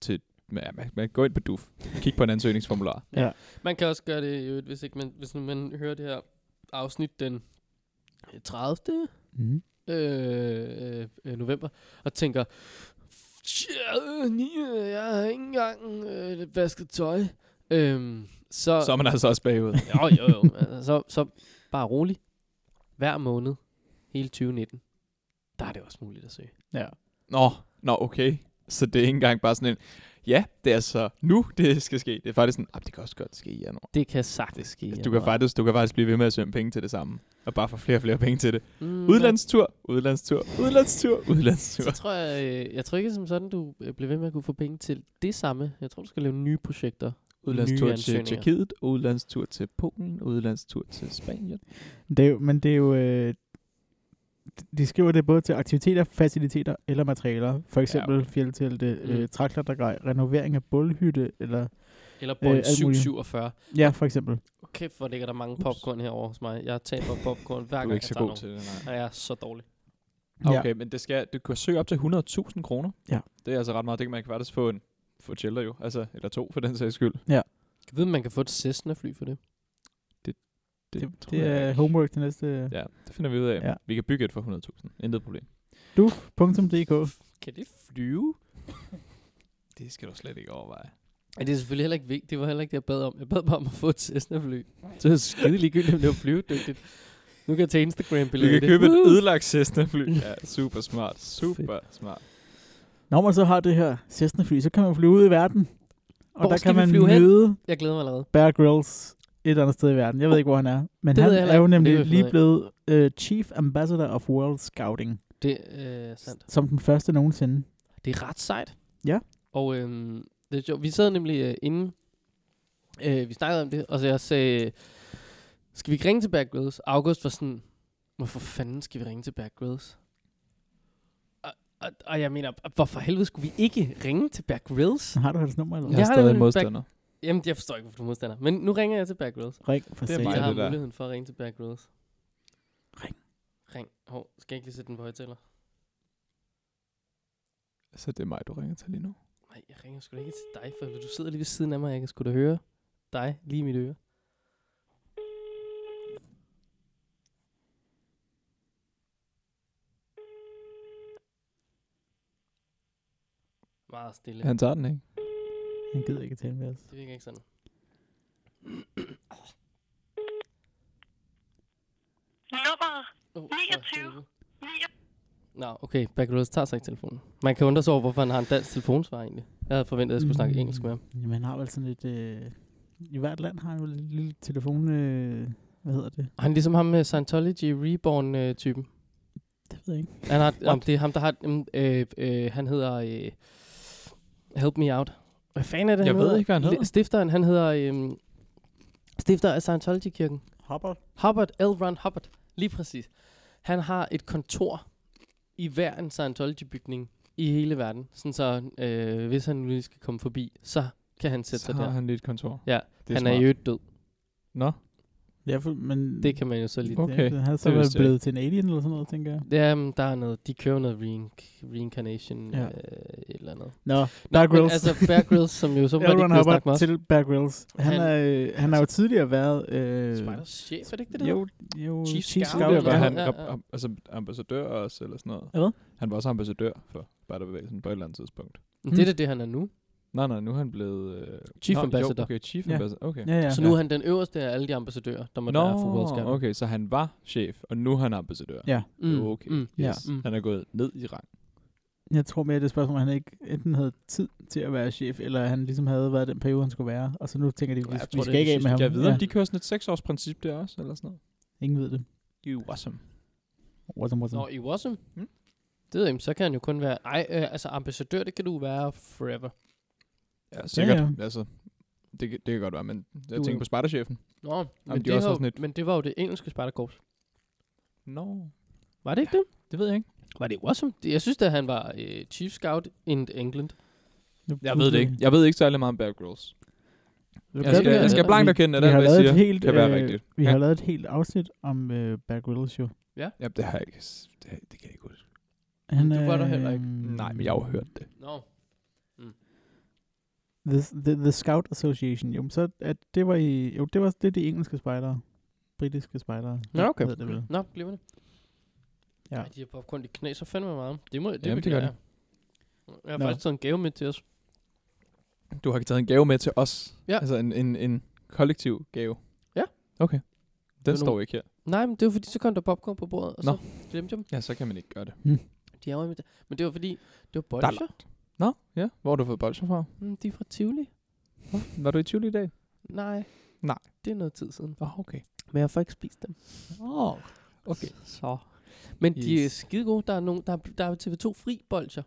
til ja, man, man går ind på DUF, kig på en ansøgningsformular. Man kan også gøre det, i øvrigt, hvis, ikke man, hvis nu man hører det her afsnit den 30. Mhm. Mm-hmm. Øh, øh, øh, november, og tænker, "Tja, øh, ni, øh, jeg har ikke engang øh, vasket tøj. Øhm, så, Så er man altså også bagud. jo, jo, jo, altså, så, så bare rolig. Hver måned, hele 2019, der er det også muligt at søge. Ja. Nå, nå, okay. Så det er ikke engang bare sådan en... Ja, det er altså nu, det skal ske. Det er faktisk sådan, "Ah, det kan også godt ske i januar. Det kan sagtens ske. i Du kan, januar. faktisk, du kan faktisk blive ved med at søge penge til det samme. Og bare få flere og flere penge til det. Mm, Udlandstur, udlandstur, udlandstur, nej, udlandstur. Så tror jeg, øh, jeg tror ikke som sådan, du øh, bliver ved med at kunne få penge til det samme. Jeg tror, du skal lave nye projekter. Udlandstur Nye til ansøgninger. Tjekkiet, udlandstur til Polen, udlandstur til Spanien. Det er jo, men det er jo... Øh, de skriver det både til aktiviteter, faciliteter eller materialer. For eksempel ja, okay. okay. fjeldtelte, Mm. øh, traklattergrej, renovering af bålhytte, eller... Eller Øh, Boeing alt muligt. 747. Ja, for eksempel. Okay, hvor ligger der mange Ups. popcorn herovre hos mig. Jeg taber popcorn hver gang, Du er ikke så jeg tager god nogen. til det, nej. Og jeg er så dårlig. Okay, ja. men det skal, du kan søge op til 100.000 kroner. Ja. Det er altså ret meget. Det kan man faktisk få en få et shelter jo, altså, eller to for den sags skyld. Jeg ved, om man kan få et Cessna-fly for det. Det, det, tror det jeg er ikke. homework til næste... øh, Ja. Ja, det finder vi ud af. Ja. Ja. Vi kan bygge et for 100.000. Intet problem. Duf.dk. Kan det flyve? Det skal du slet ikke overveje. Ja, det er selvfølgelig heller ikke vigtigt. Det var heller ikke det, jeg bad om. Jeg bad bare om at få et Cessna-fly. Så er det skide ligegyldigt, om det var flyvedygtigt. Nu kan jeg tage Vi Instagram-billeder kan af det. købe et Woohoo! ødelagt Cessna fly. Ja, super smart. Super smart. Når man så har det her Cessna-fly, så kan man flyve ud i verden. Og Hvor der skal kan vi man flyve hen? møde Jeg glæder mig allerede. Bear Grylls et eller andet sted i verden. Jeg ved ikke, hvor han er. Men Det han ved jeg er jo heller ikke. Det nemlig ved jeg lige ikke. blevet øh, Chief Ambassador of World Scouting. Det øh, er sandt. Som den første nogensinde. Det er ret sejt. Ja. Og øhm, det er sjovt. Vi sad nemlig øh, inden, øh, vi snakkede om det, og så jeg sagde, skal vi ikke ringe til Bear Grylls? Og August var sådan, hvorfor fanden skal vi ringe til Bear Grylls? Og, og, og jeg mener, hvorfor helvede skulle vi ikke ringe til Bear Grylls? Så har du hans nummer, eller Jeg hvad? Ja. har er stadig nemlig en en modstander. Jamen, jeg forstår ikke, hvorfor du er modstander. Men nu ringer jeg til Bear Grylls. Ring for Det er satan. mig. jeg har det der. muligheden for at ringe til Bear Grylls. Ring. Ring. Hov, skal jeg ikke lige sætte den på højtaler? Så det er mig, du ringer til lige nu. Nej, jeg ringer sgu da ikke til dig, for helvede. du sidder lige ved siden af mig, og jeg kan sgu da høre dig lige i mit øre. Meget stille. Han tager den, ikke? Han gider ikke tale med os. Det virker ikke sådan. Nummeret Oh, 29. Nå, okay. Baccarus tager sig ikke telefonen. Man kan undre sig over, hvorfor han har en dansk telefonsvar egentlig. Jeg havde forventet, at jeg skulle snakke Mm. engelsk med ham. Jamen, han har vel sådan et... Øh, I hvert land har han vel et lille telefon... Øh, hvad hedder det? Og Han er ligesom ham med Scientology Reborn-typen. Det ved jeg ikke. Han har, jamen, det er ham, der har... Jamen, øh, øh, han hedder... Øh, help me out. Hvad fanden er det, Jeg han ved hedder? ikke, hvad han hedder. Stifteren, han hedder... Øh, stifter af Scientology-kirken. Hopper. Hubbard, L. Ron Hubbard. Lige præcis. Han har et kontor i hver en Scientology-bygning i hele verden. Sådan så, øh, hvis han nu lige skal komme forbi, så kan han sætte Så sig har der. han lige et kontor. Ja, det han er jo død. Nå, Ja, for, men... Det kan man jo så lige... Okay. Det, han er så det vel vidste jeg blevet til en alien eller sådan noget, tænker jeg. Ja, men der er noget, de kører noget reinc- reincarnation Ja. ja. øh, et eller andet. Nå, Bear Men Grylls. altså Bear Grylls, som jo så var Elron ikke har snakke Hubbard med os. til Bear Grylls. Han, Han- er, øh, han har jo tidligere været... Øh, Spiders chef, er det ikke det, det jo, jo, Chief Scout, det Ja, var ja, han ja, rep- ja. am- altså ambassadør også, eller sådan noget. Hvad? Han var også ambassadør for spejderbevægelsen på et eller andet tidspunkt. Mm. Det er da det, han er nu. Nej, nej, nu er han blevet... Øh, Chief nå, ambassador. Jo, okay, chief Ja. ambassador. Okay. Ja, ja. Så nu er han den øverste af alle de ambassadører, der måtte være for World Scout. Nå, okay, så han var chef, og nu er han ambassadør. Ja, Mm. Okay, Mm. Ja. yes. Mm. Han er gået ned i rang. jeg tror mere, det er et spørgsmål, at han ikke enten havde tid til at være chef, eller han ligesom havde været den periode, han skulle være. Og så nu tænker de, vi, Jeg tror, vi det skal er ikke af sidste. med ham. Jeg ved, om de kører sådan et seksårsprincip der også, eller sådan noget. Ingen ved det. Det er jo awesome. Awesome, awesome. Nå, i Wasm? Mm. Det ved jeg, men så kan han jo kun være... Ej, øh, altså ambassadør, det kan du være forever. Ja, sikkert. ja. Ja, ja. Altså, det, kan- det kan godt være, men jeg Du- tænker på spejderchefen. Nå, Jamen, men, de det har, også har jo- sådan et- men det var jo det engelske spejderkorps. Nå, no. Var det ikke det? det ved jeg ikke. Var det Wasm? Det- Jeg synes da, han var øh, Chief Scout in England. Nu Jeg ved det googler ikke. vi. Jeg ved ikke særlig meget om Bear Grylls. Nu Jeg gør skal, vi det. jeg skal Vi- blankt erkende, at vi alt, har hvad lavet jeg et siger, helt, kan være øh, rigtigt. Vi har Ja. lavet et helt afsnit om øh, Bear Grylls jo. Ja, det har jeg ikke. s- Det, det kan jeg ikke huske. Han, Du var der øh, heller ikke. Nej, men jeg har jo hørt det. Nå. The, the, the Scout Association. Jo, men så at det var i, jo, det var det er de engelske spejdere. Britiske spejdere. Nå, okay. Ved det vel. Nå, glimrende. Ja. Ja. Ej, de her popcorn, de knaser fandme meget. Det må det Jamen, det beklager gør jeg. Jeg har Nå. faktisk taget en gave med til os. Du har taget en gave med til os. Ja. Altså en, en, en kollektiv gave. Ja. Okay. Den nogle- står ikke her. Nej, men det var fordi, så kom der popcorn på bordet, og Nå. så glemte jeg dem. Ja, så kan man ikke gøre det. De er jo i mit- Men det var fordi, det var Der er bolcher. Nå, ja. Hvor har du fået bolcher fra? Mm, de er fra Tivoli. Var du i Tivoli i dag? Nej. Nej. Det er noget tid siden. Åh, oh, okay. Men jeg har faktisk spist dem. Åh, oh, okay. Så. Men yes. de er Yes. skide gode. Der er, nogen, der, er, der er TV2 Fri bolcher.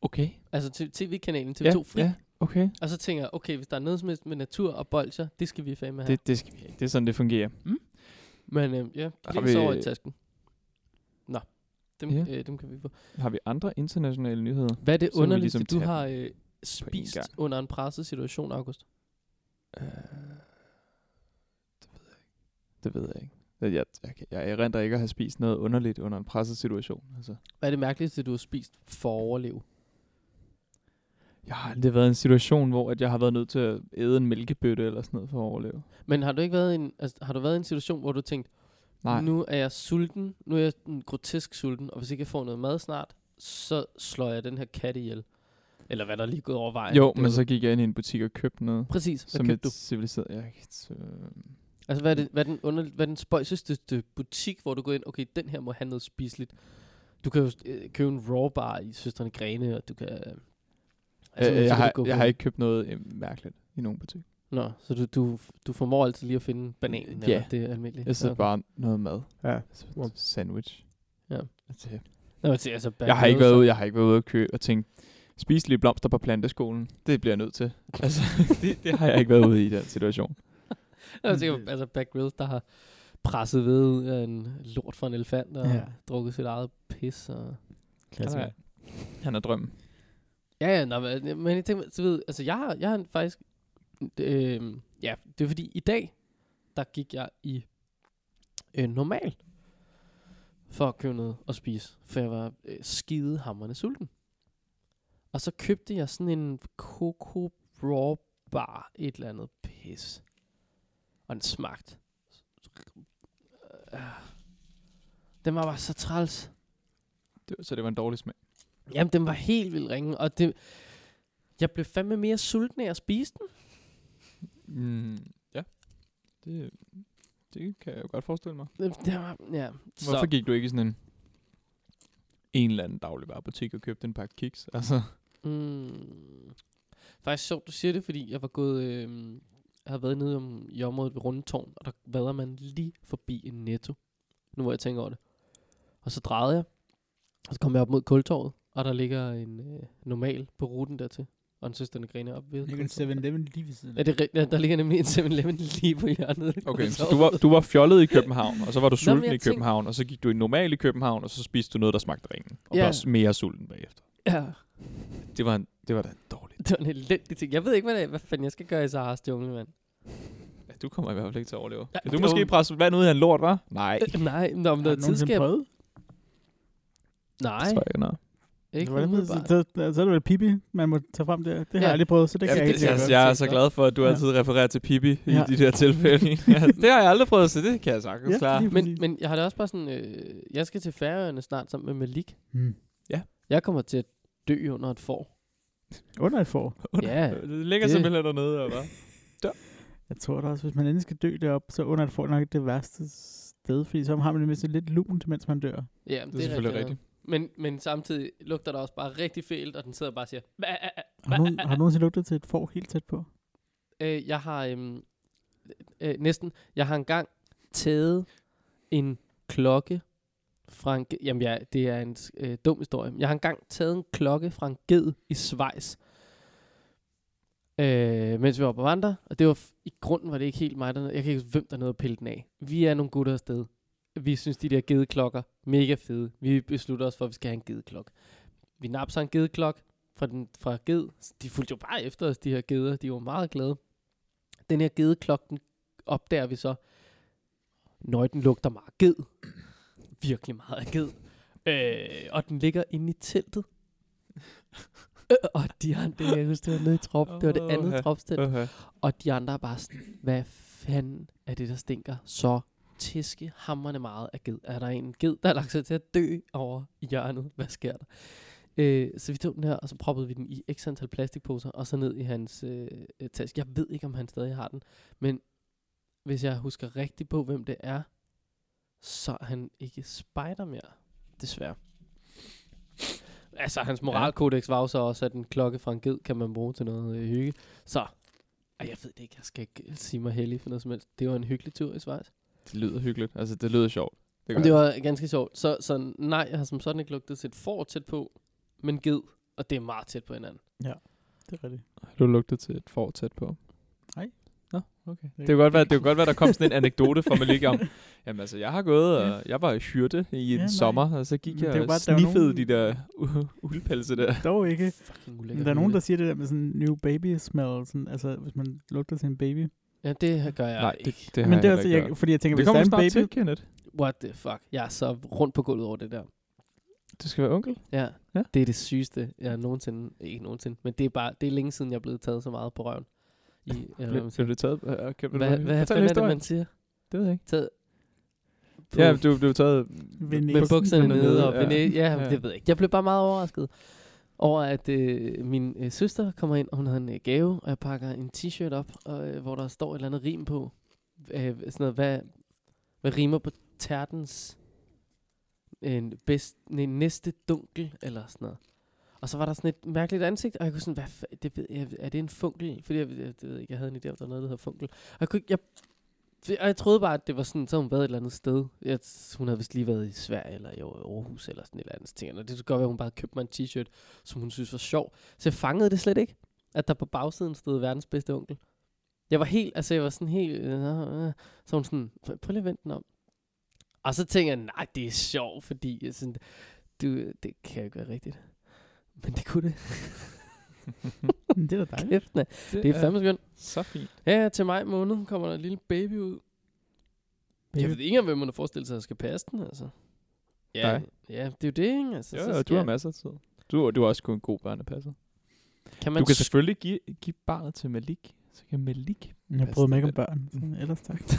Okay. Altså til TV-kanalen TV2 Fri. ja, okay. Og så tænker jeg, okay, hvis der er noget som helst med natur og bolcher, det skal vi fandme have. Det, det skal vi ikke. Det er sådan, det fungerer. Men øh, ja, Har det er så vi- over i tasken. Dem, Ja. øh, dem kan vi få. Har vi andre internationale nyheder? Hvad er det Så må vi underligste, ligesom ligesom du tage har øh, spist gang. under en presset situation, August? Øh, det ved jeg ikke. Det ved jeg ikke. Jeg, jeg, kan- jeg erindrer ikke at have spist noget underligt under en presset situation. Altså. Hvad er det mærkeligste, du har spist for at overleve? Jeg har aldrig været i en situation, hvor at jeg har været nødt til at æde en mælkebøtte eller sådan noget for at overleve. Men har du ikke været i en, altså, har du været i en situation, hvor du tænkte, Nej. nu er jeg sulten, nu er jeg en grotesk sulten, og hvis ikke jeg får noget mad snart, så slår jeg den her kat ihjel. Eller hvad der lige er gået over vejen. jo, Det var- men så gik jeg ind i en butik og købte noget. Præcis, hvad som købte et du? civiliseret... Jeg, kan ikke- øh, Altså, hvad er, det, hvad, er den under, hvad er den spøjseste st- butik, hvor du går ind, okay, den her må have noget spiseligt. Du kan jo øh, købe en raw bar i Søstrene Grene, og du kan... Øh, altså, øh, så jeg, kan har, Altså, du gå jeg på- har ikke købt noget øh, mærkeligt i nogen butik. Nå, så du, du, du formår altid lige at finde bananen, Ja. yeah. eller det er almindeligt. Jeg sidder Nå. bare noget mad. Ja. S- Sandwich. Ja. Altså, Nå, men se, altså, jeg har ikke Berlioz- været ude, jeg har ikke været ude og købe og tænke, spis lige blomster på planteskolen. Det bliver jeg nødt til. Altså, det, det, har jeg ikke været ude i den situation. Jeg tænker, altså Bear Grylls, der har presset ved af en lort fra en elefant og Ja. ja. drukket sit eget pis. Og... Han er, han er drømmen. Ja, ja, nå, men men jeg tænker, så ved, altså jeg har, jeg har faktisk, øh, ja, det er fordi i dag, der gik jeg i øh, normal for at købe noget at spise, for jeg var øh, skidehammerende sulten. Og så købte jeg sådan en Coco Raw Bar, et eller andet pis. Og den smagte. Øh, Den var bare så træls. Det, så det var en dårlig smag. Jamen, den var helt vildt ringe, og det... Jeg blev fandme mere sulten af at spise den. Mm, ja. Det, det kan jeg jo godt forestille mig. Det det var, ja. Så, Hvorfor gik du ikke i sådan en en eller anden dagligvarerbutik og købte en pakke kiks? Altså, Mm, faktisk sjovt, du siger det, fordi jeg var gået... Øh, jeg har været nede om, i området ved Rundetårn, og der vader man lige forbi en netto. Nu hvor jeg tænker over det. Og så drejede jeg, og så kom jeg op mod Kultorvet, og der ligger en øh, normal på ruten dertil. Og en søsterne griner op ved. Ligger en Kultorvet. 7-Eleven lige ved siden Ja, det er, rigtigt. Ja, der ligger nemlig en 7-Eleven lige på hjørnet. af okay, så Kultorvet. du var, du var fjollet i København, og så var du men sulten jeg i tænkte- København, og så gik du i normal i København, og så spiste du noget, der smagte ringen. Og Ja. ja. var mere sulten bagefter. Ja. Det var, en, det var da dårligt. Det var en elendig ting. Jeg ved ikke, hvad, det er, hvad fanden jeg skal gøre i Saharas jungle, mand. Ja, du kommer i hvert fald ikke til at overleve. Ja, Ja, du det måske var- presse vand ud af en lort, var? Nej. Øh, Nej, men om Har du noget nogensinde tidsskab. prøvet? Nej, ikke, nej. ikke Hvordan ved- umiddelbart. så, så, så er det vel Pippi, man må tage frem der. Det har Ja. altså- jeg aldrig prøvet, så det kan Jamen, jeg ikke det, jeg, sikkert jeg er gøre. så glad for, at du Ja. altid refererer til Pippi Ja. i de der tilfælde. ja, det har jeg aldrig prøvet, så det kan jeg sagtens Ja, klare. lige Men, præcis. men jeg har det også bare sådan, øh, jeg skal til Færøerne snart sammen med Malik. Hmm. Jeg kommer til at dø under et får. Under et får. ja, Det ligger Det- simpelthen dernede, og bare. Jeg tror da også, hvis man endelig skal dø deroppe, så under et får er nok det værste sted, fordi så har man det mindste lidt lunt, mens man dør. ja, Det er selvfølgelig rigtigt. nok. Men, men samtidig lugter der også bare rigtig fælt, og den sidder bare og siger, "Hva- a- a-" Har du, nogen- har du nogensinde lugtet til et får helt tæt på? øh, jeg har øhm, øh, næsten, jeg har engang taget en klokke fra en, ge- jamen ja, det er en øh, dum historie, jeg har engang taget en klokke fra en ged i Schweiz, øh, mens vi var på vandre, og det var, f- i grunden var det ikke helt mig, der, jeg kan ikke huske, hvem der nåede at pille den af. Vi er nogle gutter afsted. Vi synes, de der gedeklokker, mega fede. Vi beslutter os for, at vi skal have en gedeklokke. Vi napser en gedeklok fra, den, fra ged. De fulgte jo bare efter os, de her geder. De var meget glade. Den her gedeklok, den opdager vi så. Nøj, den lugter meget ged. Virkelig meget af ged. Øh, og den ligger inde i teltet. Øh, og de andre, jeg husker, det var nede i trop. Det var det Åha. andet tropstelt. Okay. Og de andre er bare sådan, hvad fanden er det, der stinker så tiske hammerne meget af ged? Er der en ged, der har lagt sig til at dø over i hjørnet? Hvad sker der? Øh, så vi tog den her, og så proppede vi den i x antal plastikposer, og så ned i hans øh, øh, taske. Jeg ved ikke, om han stadig har den, men hvis jeg husker rigtigt på, hvem det er, så er han ikke spider mere, desværre. Altså, hans moralkodex var jo så også, at en klokke fra en ged kan man bruge til noget øh, hygge. Så ej, jeg ved det ikke. Jeg skal ikke sige mig heldig for noget som helst. Det var en hyggelig tur i Schweiz. Det lyder hyggeligt. Altså, det lyder sjovt. Det, gør det var ganske sjovt. Så, så nej, jeg har som sådan ikke lugtet til et får tæt på, men ged, og det er meget tæt på hinanden. Det er rigtigt. Har du lugtet til et får tæt på? Nej. Nå, okay. Det kunne godt være, det kunne godt være der kom sådan en anekdote fra Malik om, Jamen altså, jeg har gået, Ja. og jeg var hyrde i en Ja, nej. sommer, og så gik Men det jeg er jo og bare, der er jo sniffede nogen- de der u- uldpelse der. Dog ikke. Fucking Men ulækkert. der er nogen, der siger det der med sådan new baby smell, sådan, altså hvis man lugter til en baby. Ja, det gør jeg Nej, ikke. det, det har Men det er heller altså, ikke jeg, gjort. fordi jeg tænker, Det hvis der kommer er en snart baby, til, Kenneth. What the fuck? Jeg er så rundt på gulvet over det der. Du skal være onkel. Ja, Ja. ja. det er det sygeste, jeg nogensinde, ikke nogensinde, men det er bare, det er længe siden, jeg er blevet taget så meget på røven. I, eller hvad, man Blev siger. du taget? øh, Okay, vil du- hvad, hvad fanden er fortæl det, historien. man siger? Det ved jeg ikke. Taget på, Ja, du blev taget Ved med med næsen. bukserne bukserne nede, nede, og ja. ja. ja, Ja. det ved jeg ikke. Jeg blev bare meget overrasket over, at øh, min øh, søster kommer ind, og hun havde en øh, gave, og jeg pakker en t-shirt op, og, øh, hvor der står et eller andet rim på. Øh, sådan noget, hvad, hvad rimer på tærtens øh, bedst, nej, næste dunkel, eller sådan noget. Og så var der sådan et mærkeligt ansigt, og jeg kunne sådan, hvad fa- det ved jeg, er det en funkel? Fordi jeg, jeg, det ved jeg ikke, jeg havde en idé om, der var noget, der hedder funkel. Og jeg, kunne, ikke- jeg, og jeg troede bare, at det var sådan, så havde hun været et eller andet sted. Jeg, hun havde vist lige været i Sverige eller i Aarhus eller sådan et eller andet ting. Og det kunne godt være, at hun bare købte mig en t-shirt, som hun synes var sjov. Så jeg fangede det slet ikke, at der på bagsiden stod verdens bedste onkel. Jeg var helt, altså jeg var sådan helt, øh, øh, så hun sådan, prøv prøv lige at vente den om. Og så tænkte jeg, nej, det er sjovt, fordi jeg sådan, du, det kan jo ikke være rigtigt. Men det kunne det. Men det er da dejligt. Kæft, nej. Det er fandme skønt. så fint. Ja, ja, til maj måned kommer der en lille baby ud. Baby. Jeg ved Baby. ikke, om hvem man har forestillet sig, at skal passe den, altså. Ja, Dig. ja det er jo det, ikke? Altså, Ja, så ja, skal- du har masser af tid. Du, du er også kun en god børnepasser. Kan man Du kan s- selvfølgelig give, give barnet til Malik. Så kan Malik... Jeg bryder mig ikke om børn. Sådan, ellers tak.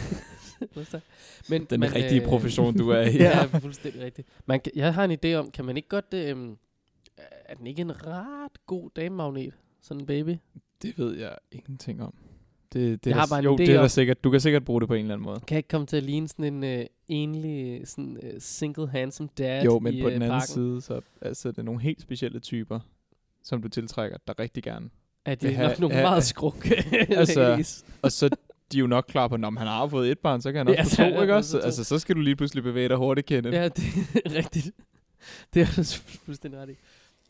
men, Den men, rigtige øh, profession, du er i. ja. ja, fuldstændig rigtigt. Man kan, jeg har en idé om, kan man ikke godt... Øh, er den ikke en ret god damemagnet? Sådan en baby. Det ved jeg ingenting om. Det, det Jeg er har da- bare en jo, idé det er da om- sikkert. Du kan sikkert bruge det på en eller anden måde. Kan jeg ikke komme til at ligne sådan en øh, enlig, øh, sådan, øh, single handsome dad jo, men i, på den øh, anden parken? side, så altså, det er nogle helt specielle typer, som du tiltrækker, der rigtig gerne. Er vil de have- nok nogle ja, ja. meget skruk Altså, ladies? Og så de er jo nok klar på, når han har fået et barn, så kan han også Ja, få så er to, han ikke også også? to. Altså, så skal du lige pludselig bevæge dig hurtigt, Kenneth. Ja, det er rigtigt. Det er du fu- fuldstændig ret i.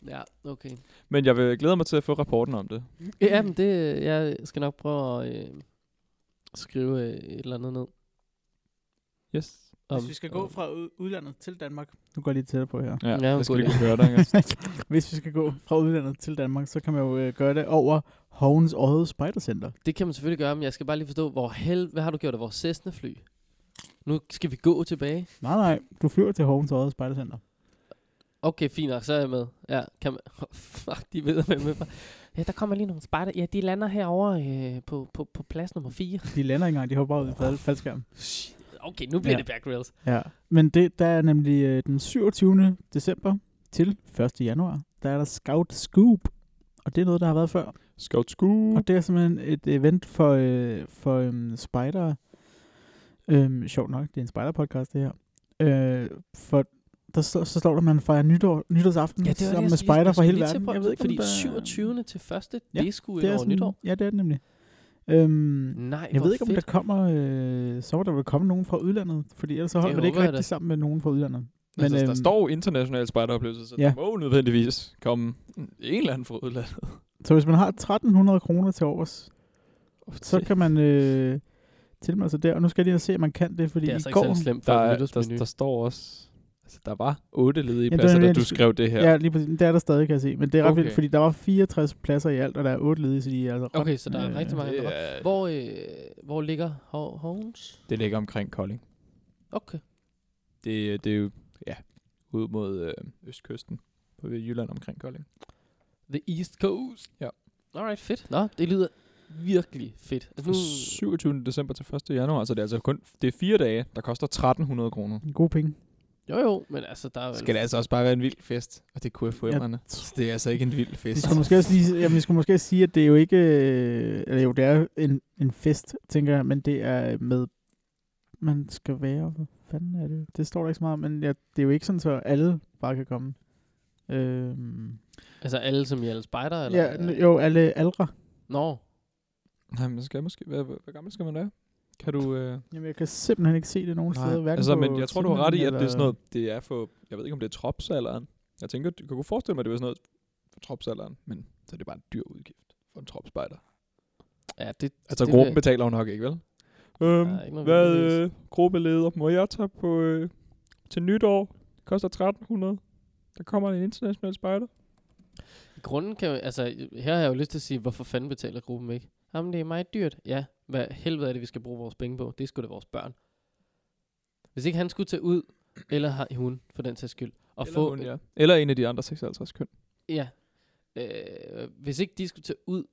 Ja, okay. Men jeg vil glæde mig til at få rapporten om det. Ja, men det, øh, jeg skal nok prøve at øh, skrive øh, et eller andet ned. Yes. Hvis vi skal gå fra ud- udlandet til Danmark. Nu går jeg lige tættere på her. Ja, Ja, jeg skal god lige kunne høre dig. ikke også? Hvis vi skal gå fra udlandet til Danmark, så kan man jo øh, gøre det over Hovens Odde Spidercenter. Det kan man selvfølgelig gøre, men jeg skal bare lige forstå, hvor hel... Hvad har du gjort af vores Cessna-fly? Nu skal vi gå tilbage. Nej, nej. Du flyver til Hovens Odde Spidercenter. Okay, fint nok, så er jeg med. Ja, kan man... Fuck, de ved, hvem jeg er. Ja, der kommer lige nogle spejder. Ja, de lander herovre øh, på, på, på plads nummer 4. De lander ikke engang. De hopper bare ud i fald- faldskærm. Okay, nu bliver Ja. ja. det back rails. Ah. Ja, men det, der er nemlig øh, den 27. december til 1. januar, der er der Scout Scoop, og det er noget, der har været før. Scout Mm. Scoop. Og det er simpelthen et event for, øh, for øh, spider. Øh, sjovt nok, det er en spider-podcast, det her. Øh, for der, så, så står der, at man fejrer nytår, nytårsaften ja, det sammen med spider fra hele verden. Jeg ved ikke, om fordi der- 27. til 1. Ja, Ja, det skulle det er over sådan, nytår. Ja, det er det nemlig. Øhm, Nej, jeg hvor ved ikke, om fedt. der kommer, øh, så må der vel komme nogen fra udlandet, fordi ellers så holder man det ikke håber jeg rigtig da. sammen med nogen fra udlandet. Men, altså, der øhm, står jo international spejderoplevelse, så ja. ja. der må jo nødvendigvis komme en eller anden fra udlandet. Så hvis man har 1300 kroner til overs, så Det- kan man øh, tilmelde sig der. Og nu skal jeg lige ind og se, om man kan det, fordi det er i altså ikke går... særlig slemt for Der, der, er, et der, nytårsmenu. der står også... Altså, der var otte ledige Ja, det var pladser, da det, du jeg skulle- skrev det her. Ja, lige præcis. Det er der stadig, kan jeg se. Men det er ret okay. Okay. vildt, fordi der var 64 pladser i alt, og der er 8 ledige, så de er altså ret... okay, så der er Øh, rigtig mange det, andre. er, Hvor, øh, hvor ligger Ho- Hogens? det ligger omkring Kolding. Okay. Det, det er jo, ja, ud mod øh, østkysten på Jylland omkring Kolding. The East Coast. Ja. Alright, fedt. Nå, det lyder virkelig fedt. Altså, Fra nu, 27. december til 1. januar, så det er altså kun det er fire dage, der koster 1300 kroner. Gode penge. jo jo, men altså, der er vel... Skal det altså også bare være en vild fest, og det kunne FUM'erne. tror- Det er altså ikke en vild Vi fest. skulle måske også lige, jamen, vi skulle måske også sige, at det er jo ikke... øh, Eller jo, det er en, en fest, tænker jeg, men det er med... Man skal være... Hvad fanden er det? Det står der ikke så meget, om, men ja, det er jo ikke sådan, så alle bare kan komme. Øhm, Altså, alle som i alle spejder, eller? øh, ja, n- jo, alle aldre. Nå, Nej, men skal jeg måske, hvad, hvor, hvor gammel skal man være? Kan du... Øh, Jamen, jeg kan simpelthen ikke se det nogen steder. hverken altså, på men jeg tror, du har ret i, at filmen det er sådan eller- noget, det er for, jeg ved ikke, om det er tropsalderen. Jeg tænker, du kan kunne forestille mig, at det var sådan noget for tropsalderen, men så er det bare en dyr udgift for en tropspejder. ja, det... Altså, det gruppen vil- betaler jo nok ikke, vel? Øhm, Der er ikke noget hvad vildt øh, gruppeleder må jeg tage på øh, til nytår? Det koster 1300. Der kommer en international spejder. Grunden kan jo, altså, her har jeg jo lyst til at sige, hvorfor fanden betaler gruppen ikke? Jamen, det er meget dyrt. Ja, hvad helvede er det, vi skal bruge vores penge på? Det er sgu da vores børn. Hvis ikke han skulle tage ud, eller har- hun, for den sags skyld, og Eller, få... hun, ja. eller en af de andre 56 køn. Ja. Øh, hvis ikke de skulle tage ud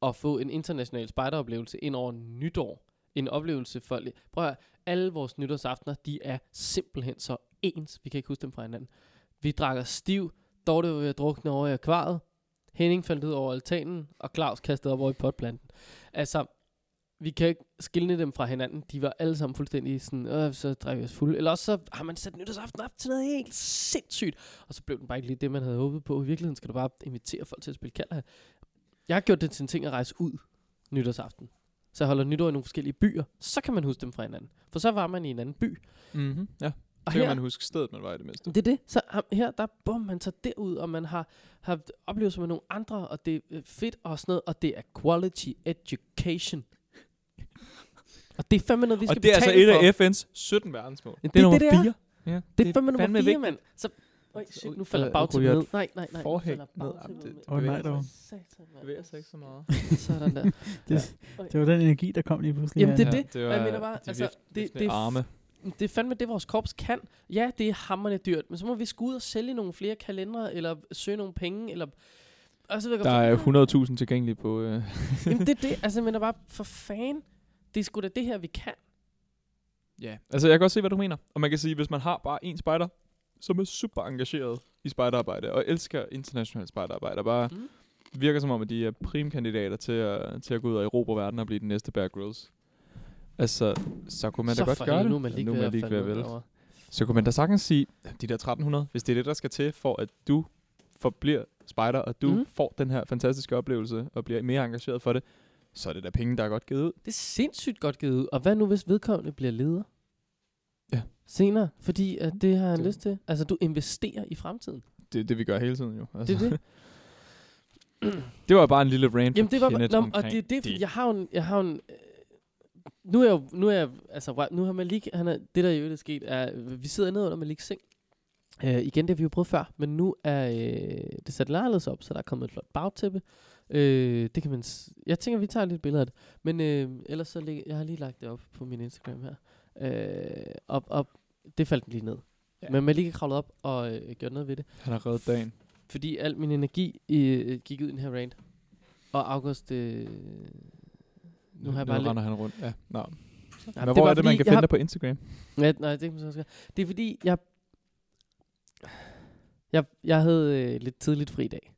og få en international spejderoplevelse ind over nytår, en oplevelse for... Prøv at høre, alle vores nytårsaftener, de er simpelthen så ens. Vi kan ikke huske dem fra hinanden. Vi drakker stiv, Dorte var ved at drukne over i akvariet, Henning faldt ud over altanen, og Claus kastede op over i potplanten. Altså, vi kan ikke skille dem fra hinanden. De var alle sammen fuldstændig sådan, øh, så drikker vi os fuld. Eller også så har man sat nytårsaften op til noget helt sindssygt. Og så blev den bare ikke lige det, man havde håbet på. I virkeligheden skal du bare invitere folk til at spille Kaldahal. Jeg har gjort det til en ting at rejse ud nytårsaften. Så jeg holder nytår i nogle forskellige byer. Så kan man huske dem fra hinanden. For så var man i en anden by. Mhm. Mm-hmm. Ja, Og så kan her, man huske stedet, man var i det mindste. det er det. Så ham- her, der bum, man tager derud, og man har, har oplevelser med nogle andre, og det er øh, fedt og sådan noget, og det er quality education. og det er fandme noget, vi skal Og det er altså betale et for. af FN's 17 verdensmål. Det er nummer fire. Ja. Det er fandme nummer 4, vigtigt. mand. Så, øj, shit, nu Øh, falder øh, bagtæppet ryger ned. Nej, nej, nej. nu forhæng falder ned. Jamen, bagtæppet det- ned. Åh, nej, dog. Satan, mand. Det bevæger sig ikke så meget. Sådan der. Det var den energi, der kom lige pludselig. Jamen, her. det er det. det Og jeg mener bare, de altså, vift- det- det er viftende f- arme. Det er fandme det, vores korps kan. Ja, det er hammerne dyrt, men så må vi skulle ud og sælge nogle flere kalendere, eller søge nogle penge, eller... Og så ved jeg godt, Der er for- 100.000 tilgængelige på... Øh. Jamen, det er det. Altså, men bare, for fan. Det er sgu da det her, vi kan. Ja, altså jeg kan godt se, hvad du mener. Og man kan sige, hvis man har bare en spejder, som er super engageret i spejderarbejde, og elsker internationalt spejderarbejde, og bare Mm. virker som om, at de er primkandidater til at, til at gå ud og erobre verden og blive den næste Bear Grylls. Altså, så kunne man så da godt for gøre helvede, det. Nu er man Ja, lige nu er ved man at lige falde ved at ned vælte. derovre. Så kunne man da sagtens sige, de der 1300, hvis det er det, der skal til, for at du forbliver spejder, og du Mhm. mm. får den her fantastiske oplevelse, og bliver mere engageret for det, så er det da penge, der er godt givet ud. Det er sindssygt godt givet ud. Og hvad nu, hvis vedkommende bliver leder? Ja. Senere, fordi at det har han Det- lyst til. Altså, du investerer i fremtiden. Det er det, vi gør hele tiden jo. Altså. Det er det. det var bare en lille rant Jamen fra det var Kenneth nå, men- og omkring det er det, det. det. jeg har jo en, jeg har jo en øh, nu er jeg jo- nu er jeg, altså wa- nu har Malik, han er, det der i øvrigt er sket, er, øh, vi sidder nede under Maliks seng. Øh, igen, det har vi jo prøvet før, men nu er øh, det sat lejlighed op, så der er kommet et flot bagtæppe. Øh, det kan man, s- jeg tænker, vi tager lidt billeder af det. Men øh, ellers så, læg, jeg har lige lagt det op på min Instagram her. Øh, op, op, det faldt lige ned. Ja. Ja. Men Malik er kravlet op og øh, gjort noget ved det. Han har reddet dagen. Fordi al min energi øh, gik ud i den her rant. Og August... Øh, nu har jeg bare nu lidt... render han rundt. Ja. Nå. Nej, Men hvor var er det, man fordi, kan jeg finde har- dig på Instagram? Ja, nej, det kan man så også gøre. Det er fordi, jeg... Jeg, jeg havde øh, lidt tidligt fri i dag.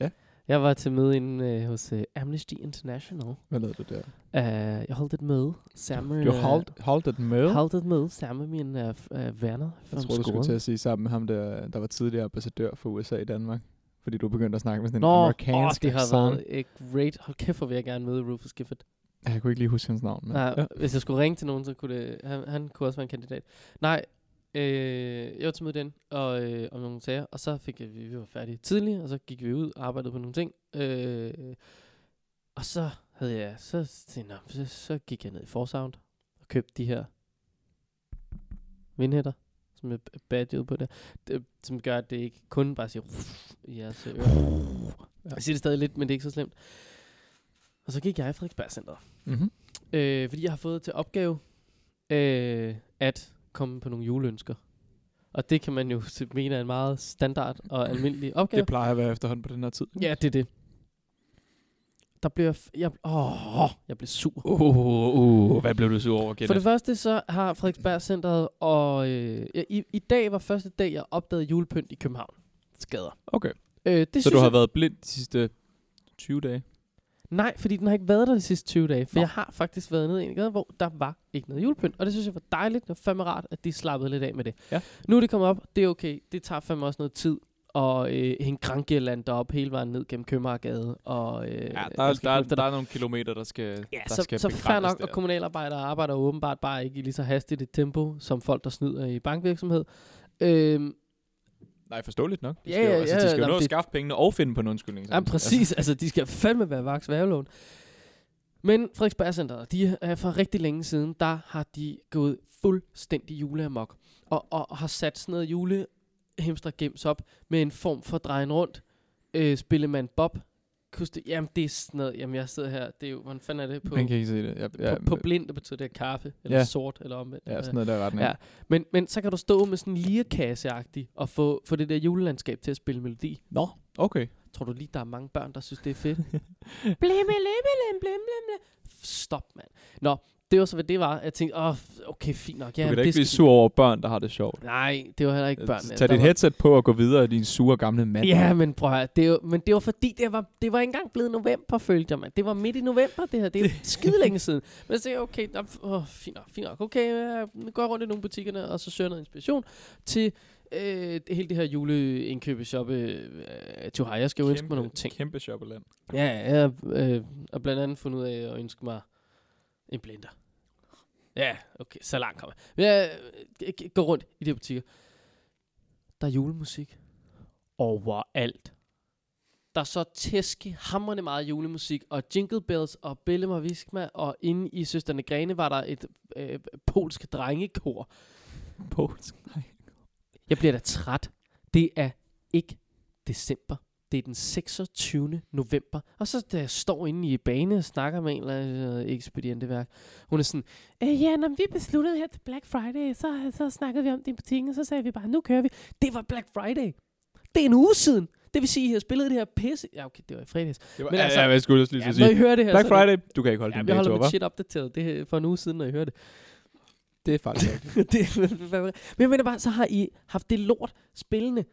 Ja. Jeg var til møde inde øh, hos øh, Amnesty International. Hvad lavede du der? Uh, jeg holdt et møde sammen med... Du holdt, holdt et møde. Øh, holdt et møde sammen med mine øh, f- øh, venner Jeg fra tror, du skulle skolen. til at sige sammen med ham, der, der var tidligere ambassadør for USA i Danmark. Fordi du begyndte at snakke med sådan en Nå, åh, amerikansk det har accent. været et great... Hold kæft, hvor vil jeg gerne møde Rufus Gifford. Ja, Jeg kunne ikke lige huske hans navn. Men, Nej, ja. ja. hvis jeg skulle ringe til nogen, så kunne det... Han, han kunne også være en kandidat. Nej, øh, jeg var til møde den og, øh, om nogle sager, og så fik jeg, vi, vi var færdige tidligt, og så gik vi ud og arbejdede på nogle ting. Øh, og så havde jeg... Så, så, så, så gik jeg ned i Forsound og købte de her vindhætter, som er b- badget på det, det, som gør, at det ikke kun bare siger i jeres øh, ører. Jeg siger det stadig lidt, men det er ikke så slemt. Og så gik jeg i Frederiksberg Center. Mm-hmm. Øh, fordi jeg har fået til opgave øh, at komme på nogle juleønsker. Og det kan man jo mene er en meget standard og almindelig opgave. Det plejer at være efterhånden på den her tid. ja, det er det. Der blev jeg... F- jeg åh, jeg blev sur. Uh, uh, uh, hvad blev du sur over, For det Kenneth? første så har Frederiksberg Centeret, og øh, ja, i, i dag var første dag, jeg opdagede julepynt i København. Skader. Okay, Øh, det så synes du har jeg, været blind de sidste 20 dage? Nej, fordi den har ikke været der de sidste 20 dage. For Nå. jeg har faktisk været nede i en gade, hvor der var ikke noget julepynt. Og det synes jeg var dejligt. Det var fandme rart, at de slappede lidt af med det. Ja. Nu er det kommet op. Det er okay. Det tager fandme også noget tid. Og øh, hænge grangirland op hele vejen ned gennem Købmagergade. Og, øh, Ja, der, er, jeg skal der, er, kæmpe dig. der er nogle kilometer, der skal, Ja, der så, skal så fair begrænses nok, der. og kommunalarbejdere arbejder åbenbart bare ikke i lige så hastigt et tempo, som folk, der snyder i bankvirksomhed. Øhm, Nej, forståeligt nok. De Ja, skal ja, jo, altså, ja, de skal jamen, jo nå at det- Altså. skaffe pengene og finde på en undskyldning. ja, samtidig. præcis, altså de skal fandme være vaks værvelån. Men Frederiksberg Centeret, de er for rigtig længe siden, der har de gået fuldstændig juleamok. Og, og, og har sat sådan noget julehamstergems op med en form for drejen rundt. Øh, Spillemand Bob. Koste, jamen, det er sådan noget. Jamen, jeg sidder her. Det er jo, hvordan fanden er det på? Altså, Man kan ikke se det. Jeg, Ja, jeg, på, på blind, der betyder det er kaffe, eller Ja. sort, eller omvendt. ja, sådan noget der er retning. Ja. Men, men så kan du stå med sådan en lirekasse og få, få det der julelandskab til at spille melodi. Nå, okay. Tror du lige, der er mange børn, der synes, det er fedt? Blimmelimmelim, blimmelimmelim. Stop, mand. Nå, det var så, hvad det var. Jeg tænkte, åh, f- okay, fint nok. Du Ja, kan da det ikke blive skal- sur over børn, der har det sjovt. Altså, Nej, det var heller ikke børn. Tag dit var... headset på og gå videre, din sure gamle mand. Ja, men prøv at høre, det var, men det var fordi, det var, det var ikke engang blevet november, følte jeg, mand. Det var midt i november, det her. Det er skide længe siden. Men så tænkte jeg, okay, nå, f- åh, fint nok, fint nok. Okay, øh, nu går jeg rundt i nogle butikkerne, og så søger jeg noget inspiration til øh, det- hele det her juleindkøbeshop. Øh, øh, to high. Jeg skal jo ønske mig nogle ting. Kæmpe shopperland. Ja, jeg øh, har blandt andet fundet ud af at ønske mig en blender. Ja, okay, så langt kommer jeg. Men Jeg øh, g- g- går rundt i de her butikker. Der er julemusik overalt. Der er så tæske, hammerne meget julemusik, og Jingle Bells og Bellem og Viskma, og inde i Søsterne Grene var der et øh, polsk drengekor. Polsk. Jeg bliver da træt. Det er ikke december. Det er den 26. november. Og så da jeg står inde i bane og snakker med en eller anden øh, ekspedienteværk, hun er sådan, Øh, ja, når vi besluttede her til Black Friday, så, så snakkede vi om det i butikken, og så sagde vi bare, nu kører vi. det var Black Friday. Det er en uge siden. Det vil sige, at I har spillet det her pisse. Ja, okay, det var i fredags. Det Men var, men altså, altså- ja, jeg skulle også lige til Ja, at når I sige. hører det her, Black så er det- Friday, du kan ikke holde Ja, din jeg holder dato, mit hva'? shit opdateret. Det er for en uge siden, når I hører det. Det er faktisk rigtigt. det men jeg mener bare, så har I haft det lort spillende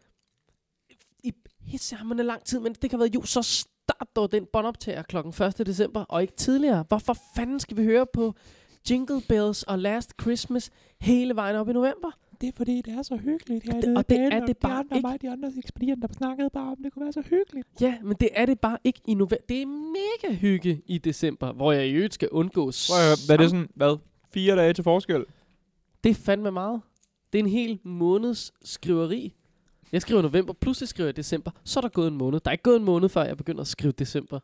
i pissehammerende lang tid, men det kan have været jul, så start dog den båndoptager kl. 1. december, og ikke tidligere. Hvorfor fanden skal vi høre på Jingle Bells og Last Christmas hele vejen op i november? Det er fordi, det er så hyggeligt her det- og det er det bare de andre, ikke. Mig, de andre ekspedienter snakkede bare om, det kunne være så hyggeligt. Ja, men det er det bare ikke i november. Det er mega hygge i december, hvor jeg i øvrigt skal undgå Prøv at høre, hvad er det sådan, hvad? Fire dage til forskel? Det er fandme meget. Det er en hel måneds skriveri. Jeg skriver november, pludselig skriver jeg december. Så er der gået en måned. Der er ikke gået en måned, før jeg begynder at skrive december.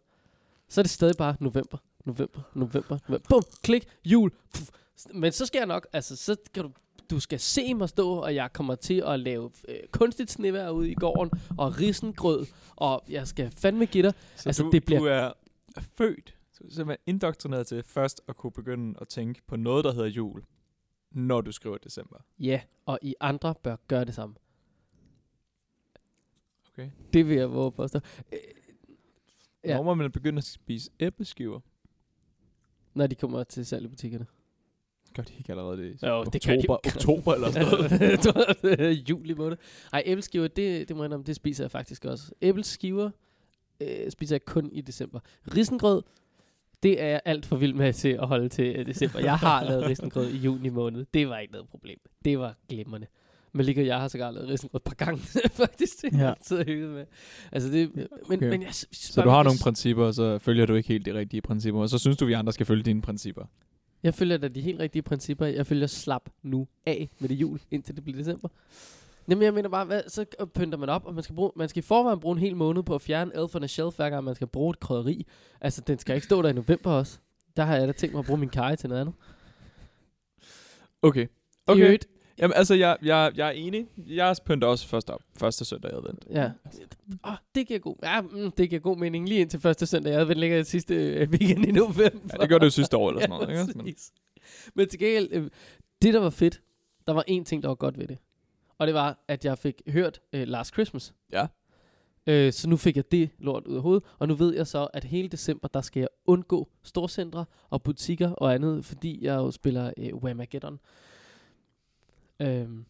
Så er det stadig bare november, november, november, november. Bum, klik, jul. Puff. Men så skal jeg nok, altså, så skal du, du skal se mig stå, og jeg kommer til at lave øh, kunstigt snevær ude i gården, og risengrød, og jeg skal fandme give dig. Så Altså, du, det bliver- du er født, så du er simpelthen indoktrineret til først at kunne begynde at tænke på noget, der hedder jul, når du skriver december. Ja, og I andre bør gøre det samme. Okay. Det vil jeg våge på at stå. Ja. Ja. Når må man begynde at spise æbleskiver? Når de kommer til salg i butikkerne. Gør de ikke allerede det? i Jo, oktober, det kan de jo ikke. Oktober eller sådan noget. Juli måned. Ej, æbleskiver, det, det må jeg indrømme, det spiser jeg faktisk også. Æbleskiver øh, spiser jeg kun i december. Risengrød, det er jeg alt for vild med til at holde til øh, december. Jeg har lavet risengrød i juni måned. Det var ikke noget problem. Det var glimrende. Men lige jeg har sågar lavet risengrød et par gange, faktisk. Det Ja. ja. så hygget med. Altså det, men, okay. men jeg, s- Så du har nogle jeg, principper, og så følger du ikke helt de rigtige principper, og så synes du, vi andre skal følge dine principper. jeg følger da de helt rigtige principper. Jeg følger slap nu af med det jul, indtil det bliver december. Jamen, jeg mener bare, hvad, så k- pynter man op, og man skal, bruge, man skal i forvejen bruge en hel måned på at fjerne elf on a shelf, hver gang man skal bruge et krydderi. Altså, den skal ikke stå der i november også. Der har jeg da tænkt mig at bruge min kaj til noget andet. Okay. I Okay. øvrigt, Jamen, altså, jeg, jeg, jeg er enig. Jeg pynter også først op. Første søndag i advent. ja. Åh, oh, det giver god, ja, mm, det giver god mening lige indtil første søndag. Jeg havde ligger i sidste øh, weekend i november. Ja, det gør du jo sidste år eller sådan noget, ikke? Men, præcis. Men til gengæld, øh, det der var fedt, der var en ting, der var godt ved det. Og det var, at jeg fik hørt øh, Last Christmas. Ja. Øh, så nu fik jeg det lort ud af hovedet. Og nu ved jeg så, at hele december, der skal jeg undgå storcentre og butikker og andet, fordi jeg jo spiller øh, Whamageddon. Øhm,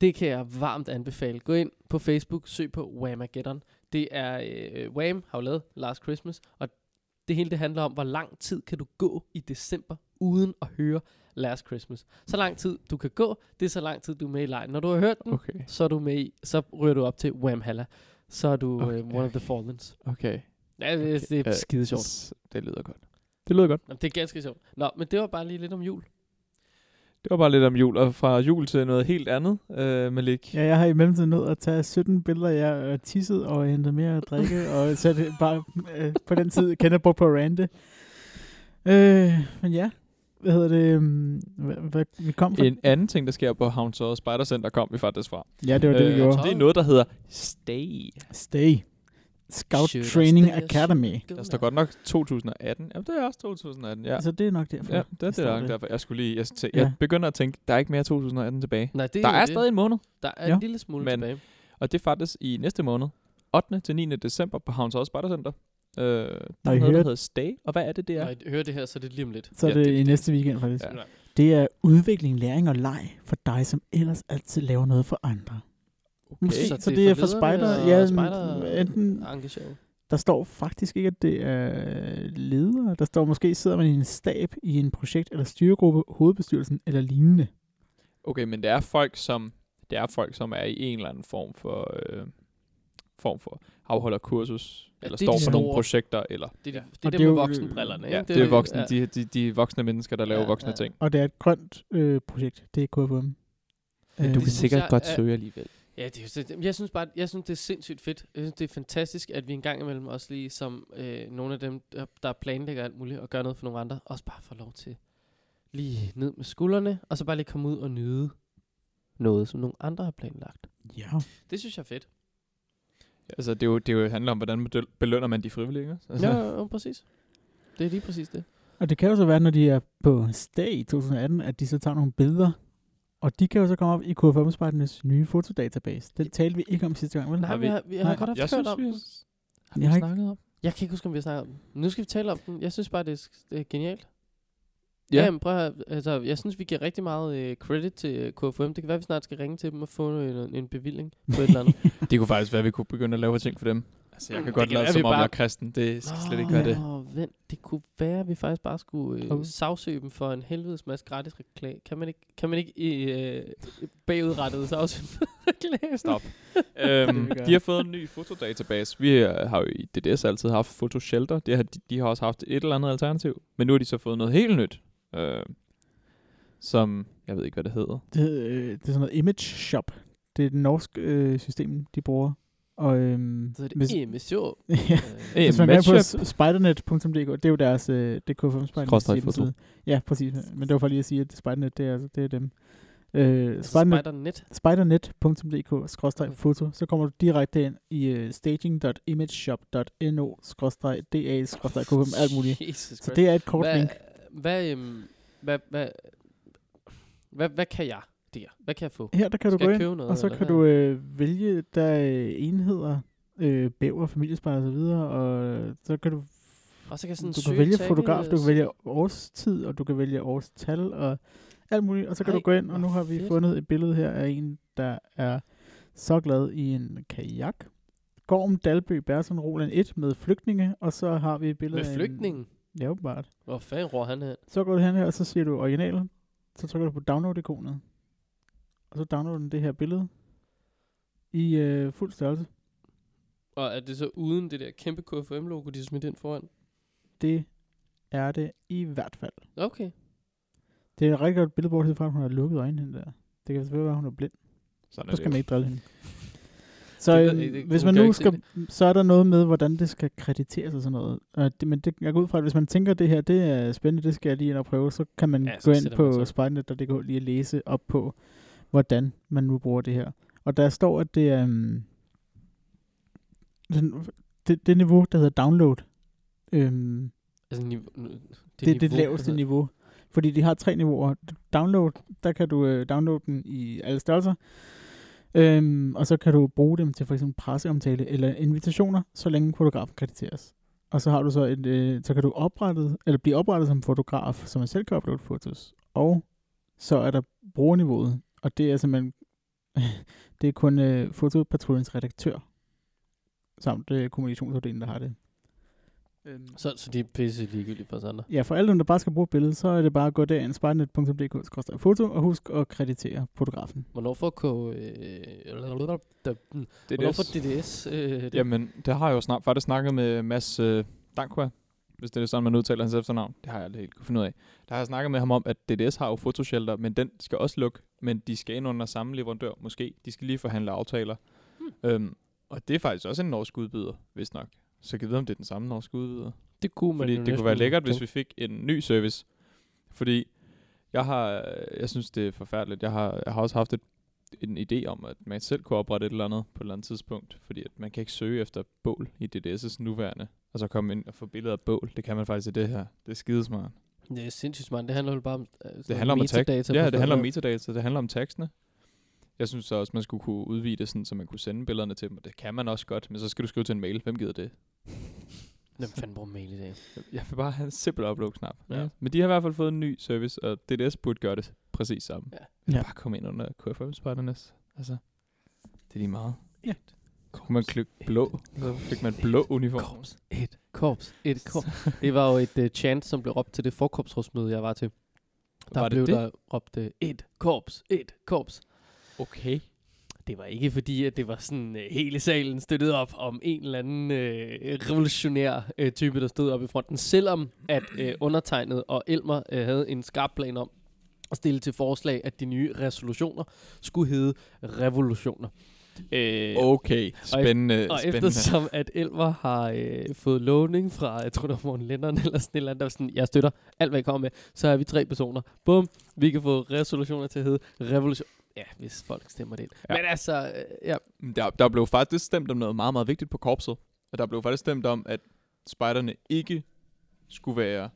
det kan jeg varmt anbefale. Gå ind på Facebook, søg på Whamageddon. Det er øh, Wham har jo lavet Last Christmas, og det hele det handler om, hvor lang tid kan du gå i december uden at høre Last Christmas. Så lang tid du kan gå, det er så lang tid du er med i lejen. Når du har hørt den, okay. så er du med i, så ryger du op til Whamhalla. Så er du okay, Okay, øh, one of the fallens. Okay. Ja, det, okay. det er øh, skide sjovt. S- Det lyder godt. Det lyder godt. Nå, Det er ganske sjovt. Nå, men det var bare lige lidt om jul. Det var bare lidt om jul, og fra jul til noget helt andet, øh, Malik. Ja, jeg har i mellemtiden nået at tage 17 billeder, jeg øh, tisset og hentet mere at drikke, og så er det bare øh, på den tid, kan jeg bruge på at rante. Øh, men ja, hvad hedder det? øhm, Hvad, hvad, vi kom fra? En anden ting, der sker på Havn Søder Spider Center, kom vi faktisk fra. Øh, Ja, det var det, vi gjorde. det er noget, der hedder Stay. Stay. Scout Should I Training stay or Academy. should I go Der står now? godt nok 2018. Jamen, det er også 2018, ja. Ja. Så Altså, det er nok derfor. Ja, det er det, står der er det. derfor. Jeg skulle lige, jeg, tæ- Ja. jeg begynder at tænke, der er ikke mere 2018 tilbage. Nej, det Der jo er det. stadig en måned, Der er Ja. en lille smule Men- tilbage. og det er faktisk i næste måned, 8. til 9. december på Havns Odde Spejdercenter. Øh, der I er noget, der hørt- hedder Stay, og hvad er det, det Ja. er? Når I hører det her, så er det lige om lidt. Så er Ja, det, det- i næste weekend faktisk. Ja. Ja. Det er udvikling, læring og leg for dig, som ellers altid laver noget for andre. Okay. Måske, så, så det, så det det er er for for spider, lederne ja, og spider- spider... Enten, Engageret. der står faktisk ikke, at det er ledere. Der står måske, sidder man i en stab i en projekt- eller styregruppe, hovedbestyrelsen eller lignende. Okay, men det er folk, som, det er folk, som er i en eller anden form for, øh, form for afholder kursus, Ja, eller det er står de for nogle store. projekter, eller... Det, er det, det er Og det, det er med jo- voksenbrillerne, ikke? Ja, det, er voksne, de, de, de voksne mennesker, der laver Ja, voksne ja. ting. Og det er et grønt øh, projekt, det er KFUM. Øh, Du det kan synes sikkert jeg godt er- søge alligevel. Ja, det er jo sindssygt. Jeg synes bare, jeg synes, det er sindssygt fedt. Jeg synes, det er fantastisk, at vi en gang imellem også lige som øh, nogle af dem, der- der planlægger alt muligt og gør noget for nogle andre, også bare får lov til lige ned med skuldrene, og så bare lige komme ud og nyde noget, som nogle andre har planlagt. ja. Det synes jeg er fedt. Altså, det, er jo, det er jo handler om, hvordan bedøl- belønner man de frivillige, ikke? Altså, Ja, ja, ja, præcis. Det er lige præcis det. Og det kan jo så være, når de er på stag i 2018, at de så tager nogle billeder. Og de kan jo så komme op i KFUM Spartans nye fotodatabase. Den talte vi ikke om sidste gang, vel? Nej, vi, vi- har, vi har nej, godt haft hørt jeg synes, om vi den. har har vi Jeg har ikke- snakket om. Jeg kan ikke huske, om vi har snakket om den. Nu skal vi tale om den. Jeg synes bare, det er, det er genialt. Ja. Ja. Jamen, prøv at, høre. altså, jeg synes, vi giver rigtig meget øh, credit til øh, KFM. Det kan være, vi snart skal ringe til dem og få en, en bevilling på et eller andet. Det kunne faktisk være, at vi kunne begynde at lave ting for dem. Altså, jeg kan Det godt kan lade være, som vi om, bare- jeg er kristen. Det skal slet ikke være det. Åh, vent. Det kunne være, at vi faktisk bare skulle øh, Okay. sagsøge dem for en helvedes masse gratis reklame. Kan man ikke, kan man ikke øh, bagudrettet sagsøge dem for reklame? Stop. øhm, vi gøre. de har fået en ny fotodatabase. Vi øh, har jo i DDS altid haft fotoshelter. De har, de, de har også haft et eller andet alternativ. Men nu har de så fået noget helt nyt. Øh, som, jeg ved ikke, hvad det hedder. Det, hed, øh, det er sådan noget image shop. Det er det norske øh, system, de bruger. Og, øhm, Så er hvis, det E emission. ja, E Øh, hvis man er på matchup. s- spidernet.dk, det er jo deres øh, det er KFM Spidernet Skråstreg hjemmeside. Ja, præcis. Men det var for lige at sige, at Spidernet, det er, altså, det er dem. Øh, altså spidernet, Spider-Net. spidernet.dk-foto, så kommer du direkte ind i øh, staging.imageshop.no-da-kfm, alt muligt. Jesus Så det er et kort link. Hvad, hvad, øhm, hvad, hvad, hvad, hvad kan jeg der? Hvad kan jeg få? Her der kan du Skal gå jeg ind, købe noget, og så eller kan hvad? du øh, vælge der øh, enheder, øh, bæver, familiespejl og så videre, og øh, så kan du, Og så kan jeg sådan du kan søge vælge tag- fotograf, du kan vælge årstid, og du kan vælge årstal, og alt muligt, og så kan Ej, du gå ind, og hvor nu har vi fedt. fundet et billede her af en, der er så glad i en kajak. Gorm Dalby Bersen Roland 1 med flygtninge, og så har vi et billede af Med en- flygtningen. Ja, åbenbart. Hvor fanden ror han hen? Så går du hen her, og så siger du original. Så trykker du på download-ikonet. Og så downloader den det her billede. I øh, fuld størrelse. Og er det så uden det der kæmpe KFM-logo, de smidt ind foran? Det er det i hvert fald. Okay. Det er et rigtig godt billede, bortset fra, at hun har lukket øjnene hende der. Det kan selvfølgelig være, at hun er blind. Sådan Så skal man ikke drille hende. Så Det ved jeg øhm, ikke, det- hvis hun man kan jo nu ikke se skal, så er der noget med, hvordan det skal krediteres og sådan noget. Og det, men det, jeg går ud fra, at hvis man tænker, at det her det er spændende, det skal jeg lige ind og prøve, så kan man Ja, ja, så gå ind sætter man sig på ind. spejlnet.dk lige at læse op på, hvordan man nu bruger det her. Og der står, at det er øhm, den- det, det niveau, der hedder download, øhm, Altså, niveau, det, det, det er det laveste niveau. altså. Fordi de har tre niveauer. Download, der kan du øh, downloade den i alle størrelser. Øhm, og så kan du bruge dem til for eksempel presseomtale eller invitationer, så længe fotografen krediteres. Og så har du så et, øh, så kan du oprettet, eller blive oprettet som fotograf, så man selv kan uploade fotos. Og så er der brugerniveauet, og det er simpelthen, det er kun øh, fotopatruljens redaktør, samt øh, kommunikationsafdelingen, der har det. Øhm. Så, så det er pisse ligegyldigt for os andre. Ja, for alle dem, der bare skal bruge billedet, så er det bare at gå derind, spejlnet.dk foto, og husk at kreditere fotografen. Hvornår får K... Øh, Det hvornår får DDS... Øh, det? Jamen, det har jeg jo snart faktisk snakket med Mads øh, Dankwa, hvis det er sådan, man udtaler hans efternavn. Det har jeg aldrig helt kunne finde ud af. Der har jeg snakket med ham om, at DDS har jo fotoshelter, men den skal også lukke. Men de skal ind under samme leverandør, måske. De skal lige forhandle aftaler. Hmm. Øhm, og det er faktisk også en norsk udbyder, hvis nok. Så kan jeg vide, om det er den samme norske udbyder. Det kunne man Fordi jo det kunne næsten være lækkert, hvis tænke. vi fik en ny service. Fordi jeg har, jeg synes, det er forfærdeligt. Jeg har, jeg har også haft et, en idé om, at man selv kunne oprette et eller andet på et eller andet tidspunkt. Fordi at man kan ikke søge efter bål i DDS' nuværende. Og så komme ind og få billeder af bål. Det kan man faktisk i det her. Det er skidesmart. Det er sindssygt smart. Det handler jo bare om øh, Det handler om at tag- Ja, det handler om metadata. Det handler om tekstene. Jeg synes så også, man skulle kunne udvide det, sådan, så man kunne sende billederne til dem. Og det kan man også godt, men så skal du skrive til en mail. Hvem gider det? Hvem fanden bruger mail i dag? Jeg vil bare have en simpel upload-knap. Ja. Ja. Men de har i hvert fald fået en ny service, og DDS burde gøre det præcis samme. Ja. Ja. Ja. Bare komme ind under KFM-spejdernes. Altså, det er lige meget. Ja. Kunne man klikke blå, så fik man blå uniform. Korps. Et korps. Et korps. det var jo et uh, chant, som blev råbt til det forkorpsrådsmøde, jeg var til. Der Var det blev det? der råbt øh, et korps, et korps. Okay. Det var ikke fordi, at det var sådan øh, hele salen støttede op om en eller anden øh, revolutionær øh, type, der stod op i fronten. Selvom at øh, undertegnet og Elmer øh, havde en skarp plan om at stille til forslag, at de nye resolutioner skulle hedde revolutioner. Øh, Okay. Spændende. og spændende. eftersom at Elver har øh, fået lovning fra, jeg tror det var Morten Lennon eller sådan et eller andet, der var sådan, jeg støtter alt, hvad I kommer med, så er vi tre personer. Bum, vi kan få resolutioner til at hedde revolution. Ja, hvis folk stemmer det ind. Ja. Ja. Men altså, øh, ja, Men Der, der blev faktisk stemt om noget meget, meget vigtigt på korpset. Og der blev faktisk stemt om, at spejderne ikke skulle være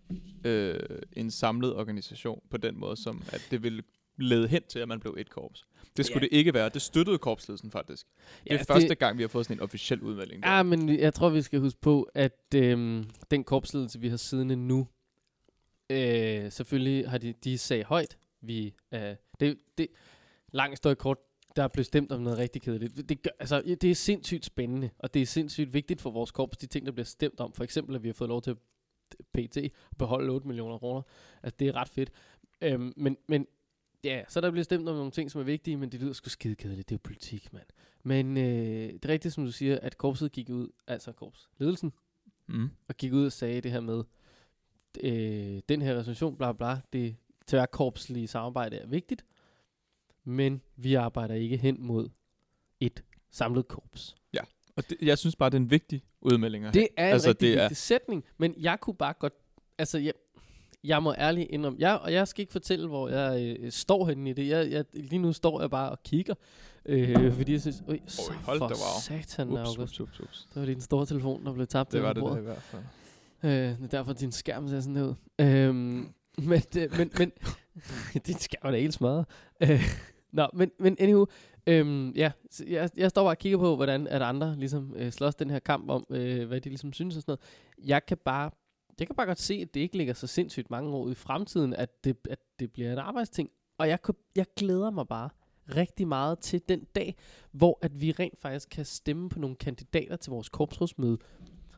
øh, en samlet organisation på den måde, som at det ville lede hen til, at man blev et korps. Det skulle Ja. det ikke være. Det støttede korpsledelsen faktisk. Det er ja, første gang, vi har fået sådan en officiel udmelding. der. Ja, Ah, men vi- jeg tror, vi skal huske på, at øhm, den korpsledelse, vi har siddende nu, øh, selvfølgelig har de, de sag højt. Vi, øh, det, det, langt står kort, der blev stemt om noget rigtig kedeligt. Det, gør, altså, det er sindssygt spændende, og det er sindssygt vigtigt for vores korps, de ting, der bliver stemt om. For eksempel, at vi har fået lov til at PT at beholde 8 millioner kroner. Altså, det er ret fedt. Øhm, men, men ja, så er der bliver stemt om nogle ting, som er vigtige, men det lyder sgu skide kedeligt. Det er jo politik, mand. Men øh, det er rigtigt, som du siger, at korpset gik ud, altså korpsledelsen, Mm. og gik ud og sagde det her med, øh, den her resolution, bla bla, det tværkorpslige samarbejde er vigtigt, men vi arbejder ikke hen mod et samlet korps. Og det, jeg synes bare, det er en vigtig udmelding at Det er en altså, Altså, rigtig det er- vigtig sætning, men jeg kunne bare godt... Altså, jeg, jeg må ærligt indrømme, jeg, og jeg skal ikke fortælle, hvor jeg øh, står henne i det. Jeg, jeg, lige nu står jeg bare og kigger, øh, fordi jeg synes, øj, så hold for da, wow. satan, have. August. ups, ups, ups. Det var din store telefon, der blev tabt. Det under var det, bordet. det i hvert fald. Øh, det er derfor, at din skærm ser sådan her ud. Øhm, men, øh, men, men din skærm er da helt smadret. Øh, nå, men, men anywho, øhm, ja, så jeg, jeg står bare og kigger på, hvordan at andre ligesom øh, slås den her kamp om, øh, hvad de ligesom synes og sådan noget. Jeg kan bare, jeg kan bare godt se, at det ikke ligger så sindssygt mange år ud i fremtiden, at det, at det bliver en arbejdsting. Og jeg, kunne, jeg glæder mig bare rigtig meget til den dag, hvor at vi rent faktisk kan stemme på nogle kandidater til vores korpsrådsmøde,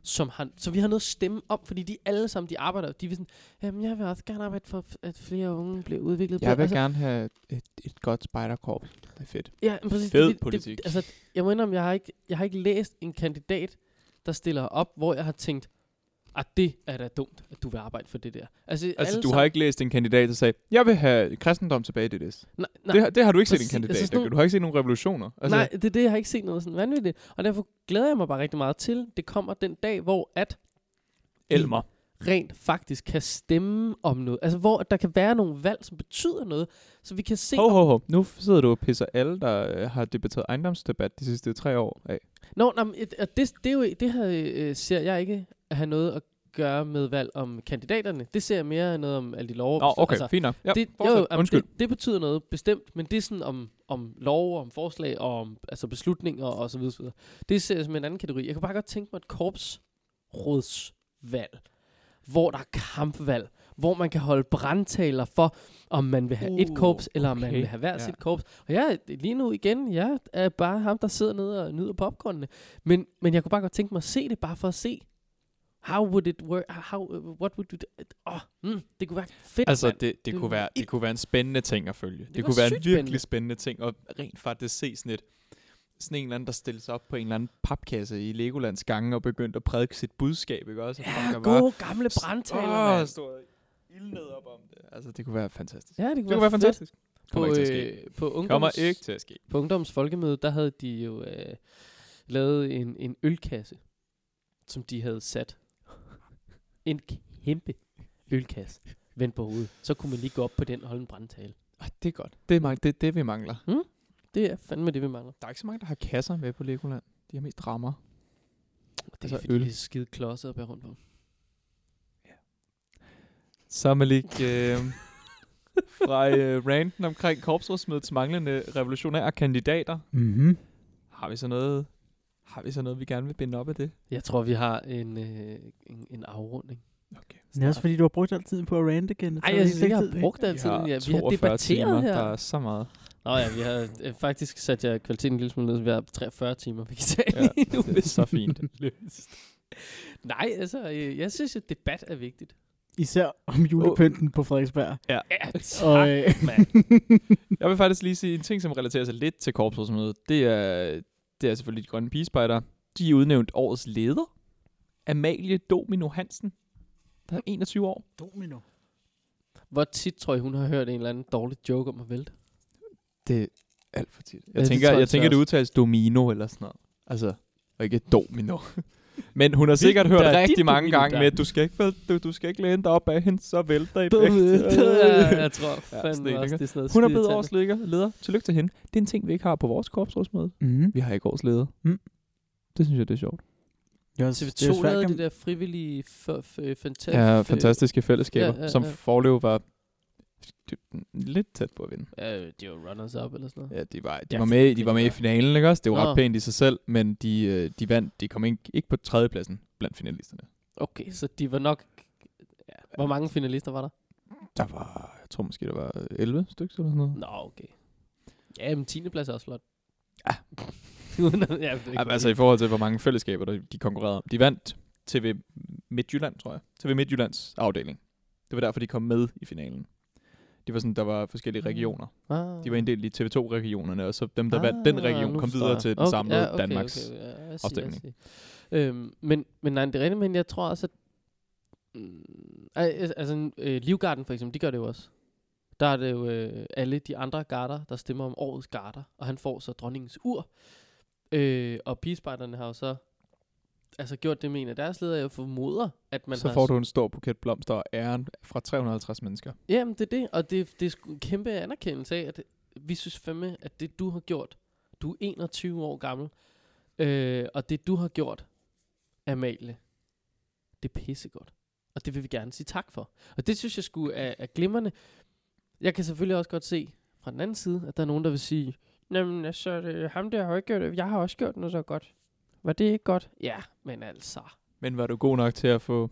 som har, så vi har noget at stemme om, fordi de alle sammen, de arbejder, de vil sådan, jamen jeg vil også gerne arbejde for, at flere unge bliver udviklet. bedre." Altså, gerne have et, et godt spejderkorps. Det er fedt. Ja, men præcis. Fed det, politik. Det, altså, jeg må indrømme, jeg har, ikke, jeg har ikke læst en kandidat, der stiller op, hvor jeg har tænkt, at det er da dumt, at du vil arbejde for det der. Altså, Altså, alle du har sammen- ikke læst en kandidat, der sagde, jeg vil have kristendom tilbage i DDS. Nej, nej, Det, har- det har du ikke set Præcis. en kandidat, Altså, sådan altså, nogle- Du har ikke set nogen revolutioner. altså, nej, det er det, jeg har ikke set noget sådan vanvittigt. Og derfor glæder jeg mig bare rigtig meget til, det kommer den dag, hvor at Elmer. rent faktisk kan stemme om noget. Altså, hvor at der kan være nogle valg, som betyder noget, så vi kan se... Ho, ho, ho. Nu sidder du og pisser alle, der øh, har debatteret ejendomsdebat de sidste tre år af. Nå, nej, men, et- og det, det, er jo, det her øh, ser jeg ikke at have noget at gøre med valg om kandidaterne. Det ser jeg mere noget om alle de lov. Nå, okay, fint nok. Ja, Altså, det, fortsæt. jamen, Undskyld. Det, det betyder noget bestemt, men det er sådan om, om lov, om forslag, og om altså beslutninger og så videre, så videre. Det ser jeg som en anden kategori. Jeg kan bare godt tænke mig et korpsrådsvalg, hvor der er kampvalg, hvor man kan holde brandtaler for, om man vil have uh, et Uh, korps, eller om man okay, vil have hver ja. sit korps. Og jeg er lige nu igen, jeg er bare ham, der sidder nede og nyder popcornene. Men, men jeg kunne bare godt tænke mig at se det, bare for at se, How would it work? How, what would you do? Oh, mm, det kunne være fedt. Altså, mand. det, det, Det kunne var være, det kunne være en spændende ting at følge. Det, Det det var kunne være en sygt virkelig spændende ting at rent faktisk se sådan et, sådan en eller anden, der stillede sig op på en eller anden papkasse i Legolands gange og begyndte at prædike sit budskab, ikke også? Ja, gode gamle brandtaler, Åh, mand. stod ild ned op om det. Altså, det kunne være fantastisk. Ja, det Det kunne være fedt. fantastisk. På, Kommer ikke til at ske. øh, på, Kommer ungdoms, ikke til at ske. på ungdoms folkemøde, der havde de jo øh, lavet en, en ølkasse, som de havde sat en kæmpe ølkasse vendt på hovedet. Så kunne man lige gå op på den og holde en brandtale. Ah, det er godt. Det er mang- det, er det, vi mangler. Det er fandme det, vi mangler. Der er ikke så mange, der har kasser med på Legoland. De har mest rammer. Det er Altså fordi, øl. det er skide klodset at bære rundt på. Så Malik, øh, fra øh, ranten omkring korpsrådsmødets manglende revolutionære kandidater, Mm-hmm. har vi så noget, har vi så noget, vi gerne vil binde op af det? Jeg tror, vi har en, øh, en, en afrunding. Okay. Det er også fordi, du har brugt al tiden på at rante igen. Ej, jeg synes ikke, jeg har brugt altid. Ja, vi har debatteret timer, her. der er så meget. Nå ja, vi har øh, faktisk sat jeg kvaliteten en lille smule ned. Vi har 43 timer, vi kan tage Ja, ja, lige nu. det er så fint. Nej, altså, øh, jeg synes, at debat er vigtigt. Især om julepynten på Frederiksberg. Ja, Og, tak, øh, mand. Jeg vil faktisk lige sige en ting, som relaterer sig lidt til korpsrådsmødet. Det er, det er selvfølgelig de grønne pigespejder. De er udnævnt årets leder. Amalie Domino Hansen, der er 21 år. Domino. Hvor tit tror I, hun har hørt en eller anden dårlig joke om at vælte? Det er alt for tit. Jeg Ja, det tænker, tror jeg jeg tænker det også. udtales domino eller sådan noget. Altså, og ikke domino. Men hun har sikkert hørt der er rigtig dit mange domino, gange der? med, du skal ikke, vælte- du, du skal ikke læne dig op af hende, så vælter I Det, begge. er- jeg tror Ja, fandme sådan en, også, ikke? det er sådan noget Hun er blevet skideirriterende. årets leder. leder. Tillykke til hende. Det er en ting, vi ikke har på vores korpsrådsmøde. Mm-hmm. Vi har ikke årets leder. Hmm. Mm. Det synes jeg, det er sjovt. TV2 lavede det der frivillige f- f- fantastisk... øh, Ja, fantastiske fællesskaber, ja, ja, som ja. forløb var lidt tæt på at vinde. Øh, det var runners-up eller sådan noget. Ja, de var, de Ja, var, med, det de var med i var- finalen, ikke også? Det var Nå. ret pænt i sig selv, men de, øh, de vandt. De kom ikke, ikke på tredjepladsen blandt finalisterne. Okay, så de var nok... Ja. Hvor mange finalister var der? Der var, jeg tror måske, der var 11 stykker eller sådan noget. Nå, okay. Ja, men 10. plads er også flot. Ja. Uden at- ja, det er Ej, altså i forhold til, hvor mange fællesskaber der, de konkurrerede om. De vandt TV Midtjylland, tror jeg. TV Midtjyllands afdeling. Det var derfor, de kom med i finalen. Det var sådan, der var forskellige Ah. regioner. ah. De var inddelt i TV2-regionerne, og så dem, der vandt den region, nu kom forstår videre jeg. til den okay, samlede ja, okay, Danmarks okay, ja, jeg siger, jeg afstemning. siger. Øhm, men, men nej, det er rigtigt, men jeg tror også, at... Mm, ej, altså, øh, Livgarden for eksempel, de gør det jo også. Der er det jo øh, alle de andre garder, der stemmer om årets garder, og han får så dronningens ur. Øh, og pigespejderne har jo så altså gjort det med en af deres ledere, jeg formoder, at man så har... får du en stor buket blomster og æren fra 350 mennesker. Jamen, det er det, og det, det er sgu en kæmpe anerkendelse af, at vi synes fandme, at det du har gjort, du er 21 år gammel, øh, og det du har gjort, Amalie, det er pissegodt. Og det vil vi gerne sige tak for. Og det synes jeg skulle er, er glimrende. Jeg kan selvfølgelig også godt se fra den anden side, at der er nogen, der vil sige, Jamen, altså, det, ham der har jo ikke gjort det. Jeg har også gjort noget så godt. Var det ikke godt? Ja, men altså. Men var du god nok til at få,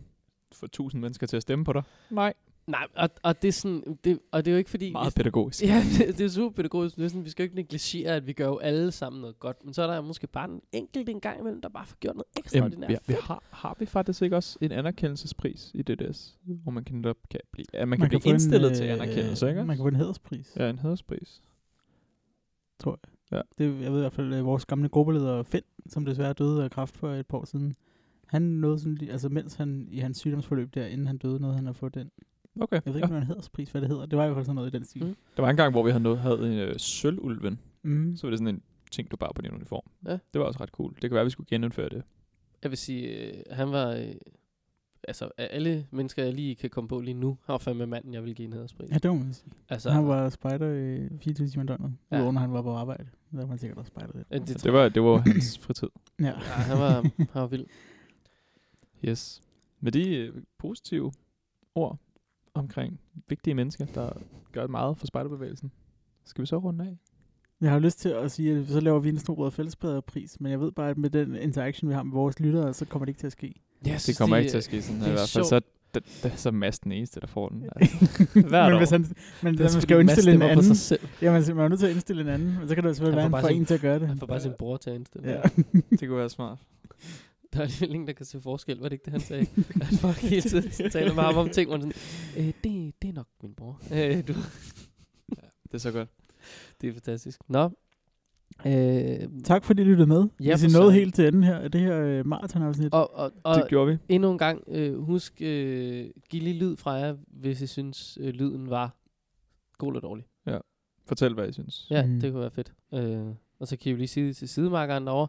få 1000 mennesker til at stemme på dig? Nej. Nej, og, og det er sådan, det, og det er jo ikke fordi... Meget pædagogisk. Ja, det, det er super pædagogisk. Det er sådan, vi skal jo ikke negligere, at vi gør jo alle sammen noget godt. Men så er der måske bare en enkelt en gang imellem, der bare får gjort noget ekstraordinært. vi, vi fedt. har, har vi faktisk ikke også en anerkendelsespris i DDS, hvor man kan netop kan blive, ja, man kan Man kan blive få en, indstillet til øh, anerkendelse, ikke? Man også? kan få en hæderspris. Ja, en hæderspris. Det, jeg ved i hvert fald, at vores gamle gruppeleder Finn, som desværre døde af kræft for et par år siden, han nåede sådan lige, altså mens han i hans sygdomsforløb der, inden han døde, nåede han at få den. Okay. Jeg ved ikke, ja. hvad en hæderspris, hvad det hedder. Det var i hvert fald sådan noget i den stil. Mm. Mm. Der var en gang, hvor vi havde, noget, havde en øh, sølvulven. Mm. Så var det sådan en ting, du bare på din uniform. Ja. Det var også ret cool. Det kan være, vi skulle genindføre det. Jeg vil sige, øh, han var... Øh, altså, af alle mennesker, jeg lige kan komme på lige nu, han var fandme manden, jeg ville give en hæderspris. Ja, det må man sige. Altså, Så han var spejder i 24 timer i døgnet, Ja. ja. udover når han var på arbejde. Der var han sikkert også spejder lidt. øh, det, Det var, det var hans fritid. Ja. ja, han, var, han var vild. Yes. Med de øh, positive ord omkring vigtige mennesker, der gør meget for spejderbevægelsen, skal vi så runde af? Jeg har jo lyst til at sige, at så laver vi en snobrød fællesbræderpris, men jeg ved bare, at med den interaction, vi har med vores lyttere, så kommer det ikke til at ske. Jeg Det kommer ikke til at ske sådan her det i er hvert fald. Så, sjovt. da, da, så er Mads den eneste, der får den. Altså. Hvert men år. hvis han, men man skal jo indstille en på anden. sig selv. Jamen, man er nødt til at indstille en anden, men så kan det jo selvfølgelig Han være, får at han får bare sin- en til at gøre det. Han får bare sin bror til at indstille. Ja. det kunne være smart. Der er alligevel ingen, der kan se forskel. Var det ikke det, han sagde? At folk hele tiden taler med ham om ting, hvor man sådan, øh, det, det er nok min bror. Øh, du, Det er så godt. det er fantastisk. Nå. Øh, Tak fordi I lyttede med. Ja, Ja, Hvis for I nåede søren. helt til enden her, af det her øh, maratonafsnit. og, og, og det gjorde vi. endnu en gang, øh, husk, øh, giv lige lyd fra jer, hvis I synes, øh, lyden var god eller dårlig. Fortæl, hvad I synes. Ja, mm. Mm. det kunne være fedt. Øh, og så kan I jo lige sige til sidemarkeren derovre,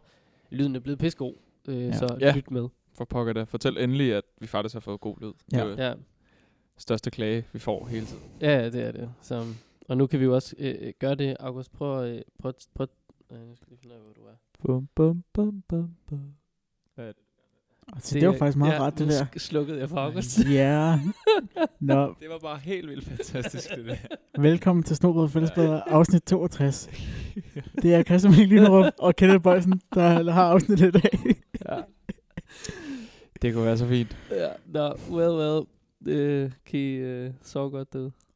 lyden er blevet pissegod, øh, ja. Ja. så Ja. lyt med. for pokker da. Fortæl endelig, at vi faktisk har fået god lyd. Det Ja. er jo Ja. største klage, vi får hele tiden. Ja, ja, det er det. Så, og nu kan vi jo også øh, øh, gøre det, August. Prøv at... Øh, prøv, at- prøv, at- øh, nu skal jeg lige finde ud af, hvor du er. Bum, bum, bum, bum, bum. Altså, det, det var faktisk meget ja, rart, det nu der. sk- slukkede jeg for August. Ja. Nå, Det var bare helt vildt fantastisk, det der. velkommen til Snobrød Fællesblader, afsnit 62. Det er Christian Mikkel Lynerup og Kenneth Bøjsen, der har afsnittet i dag. ja. Det kunne være så fint. ja. Nå, well, well. Øh, kan I øh, sove godt derude?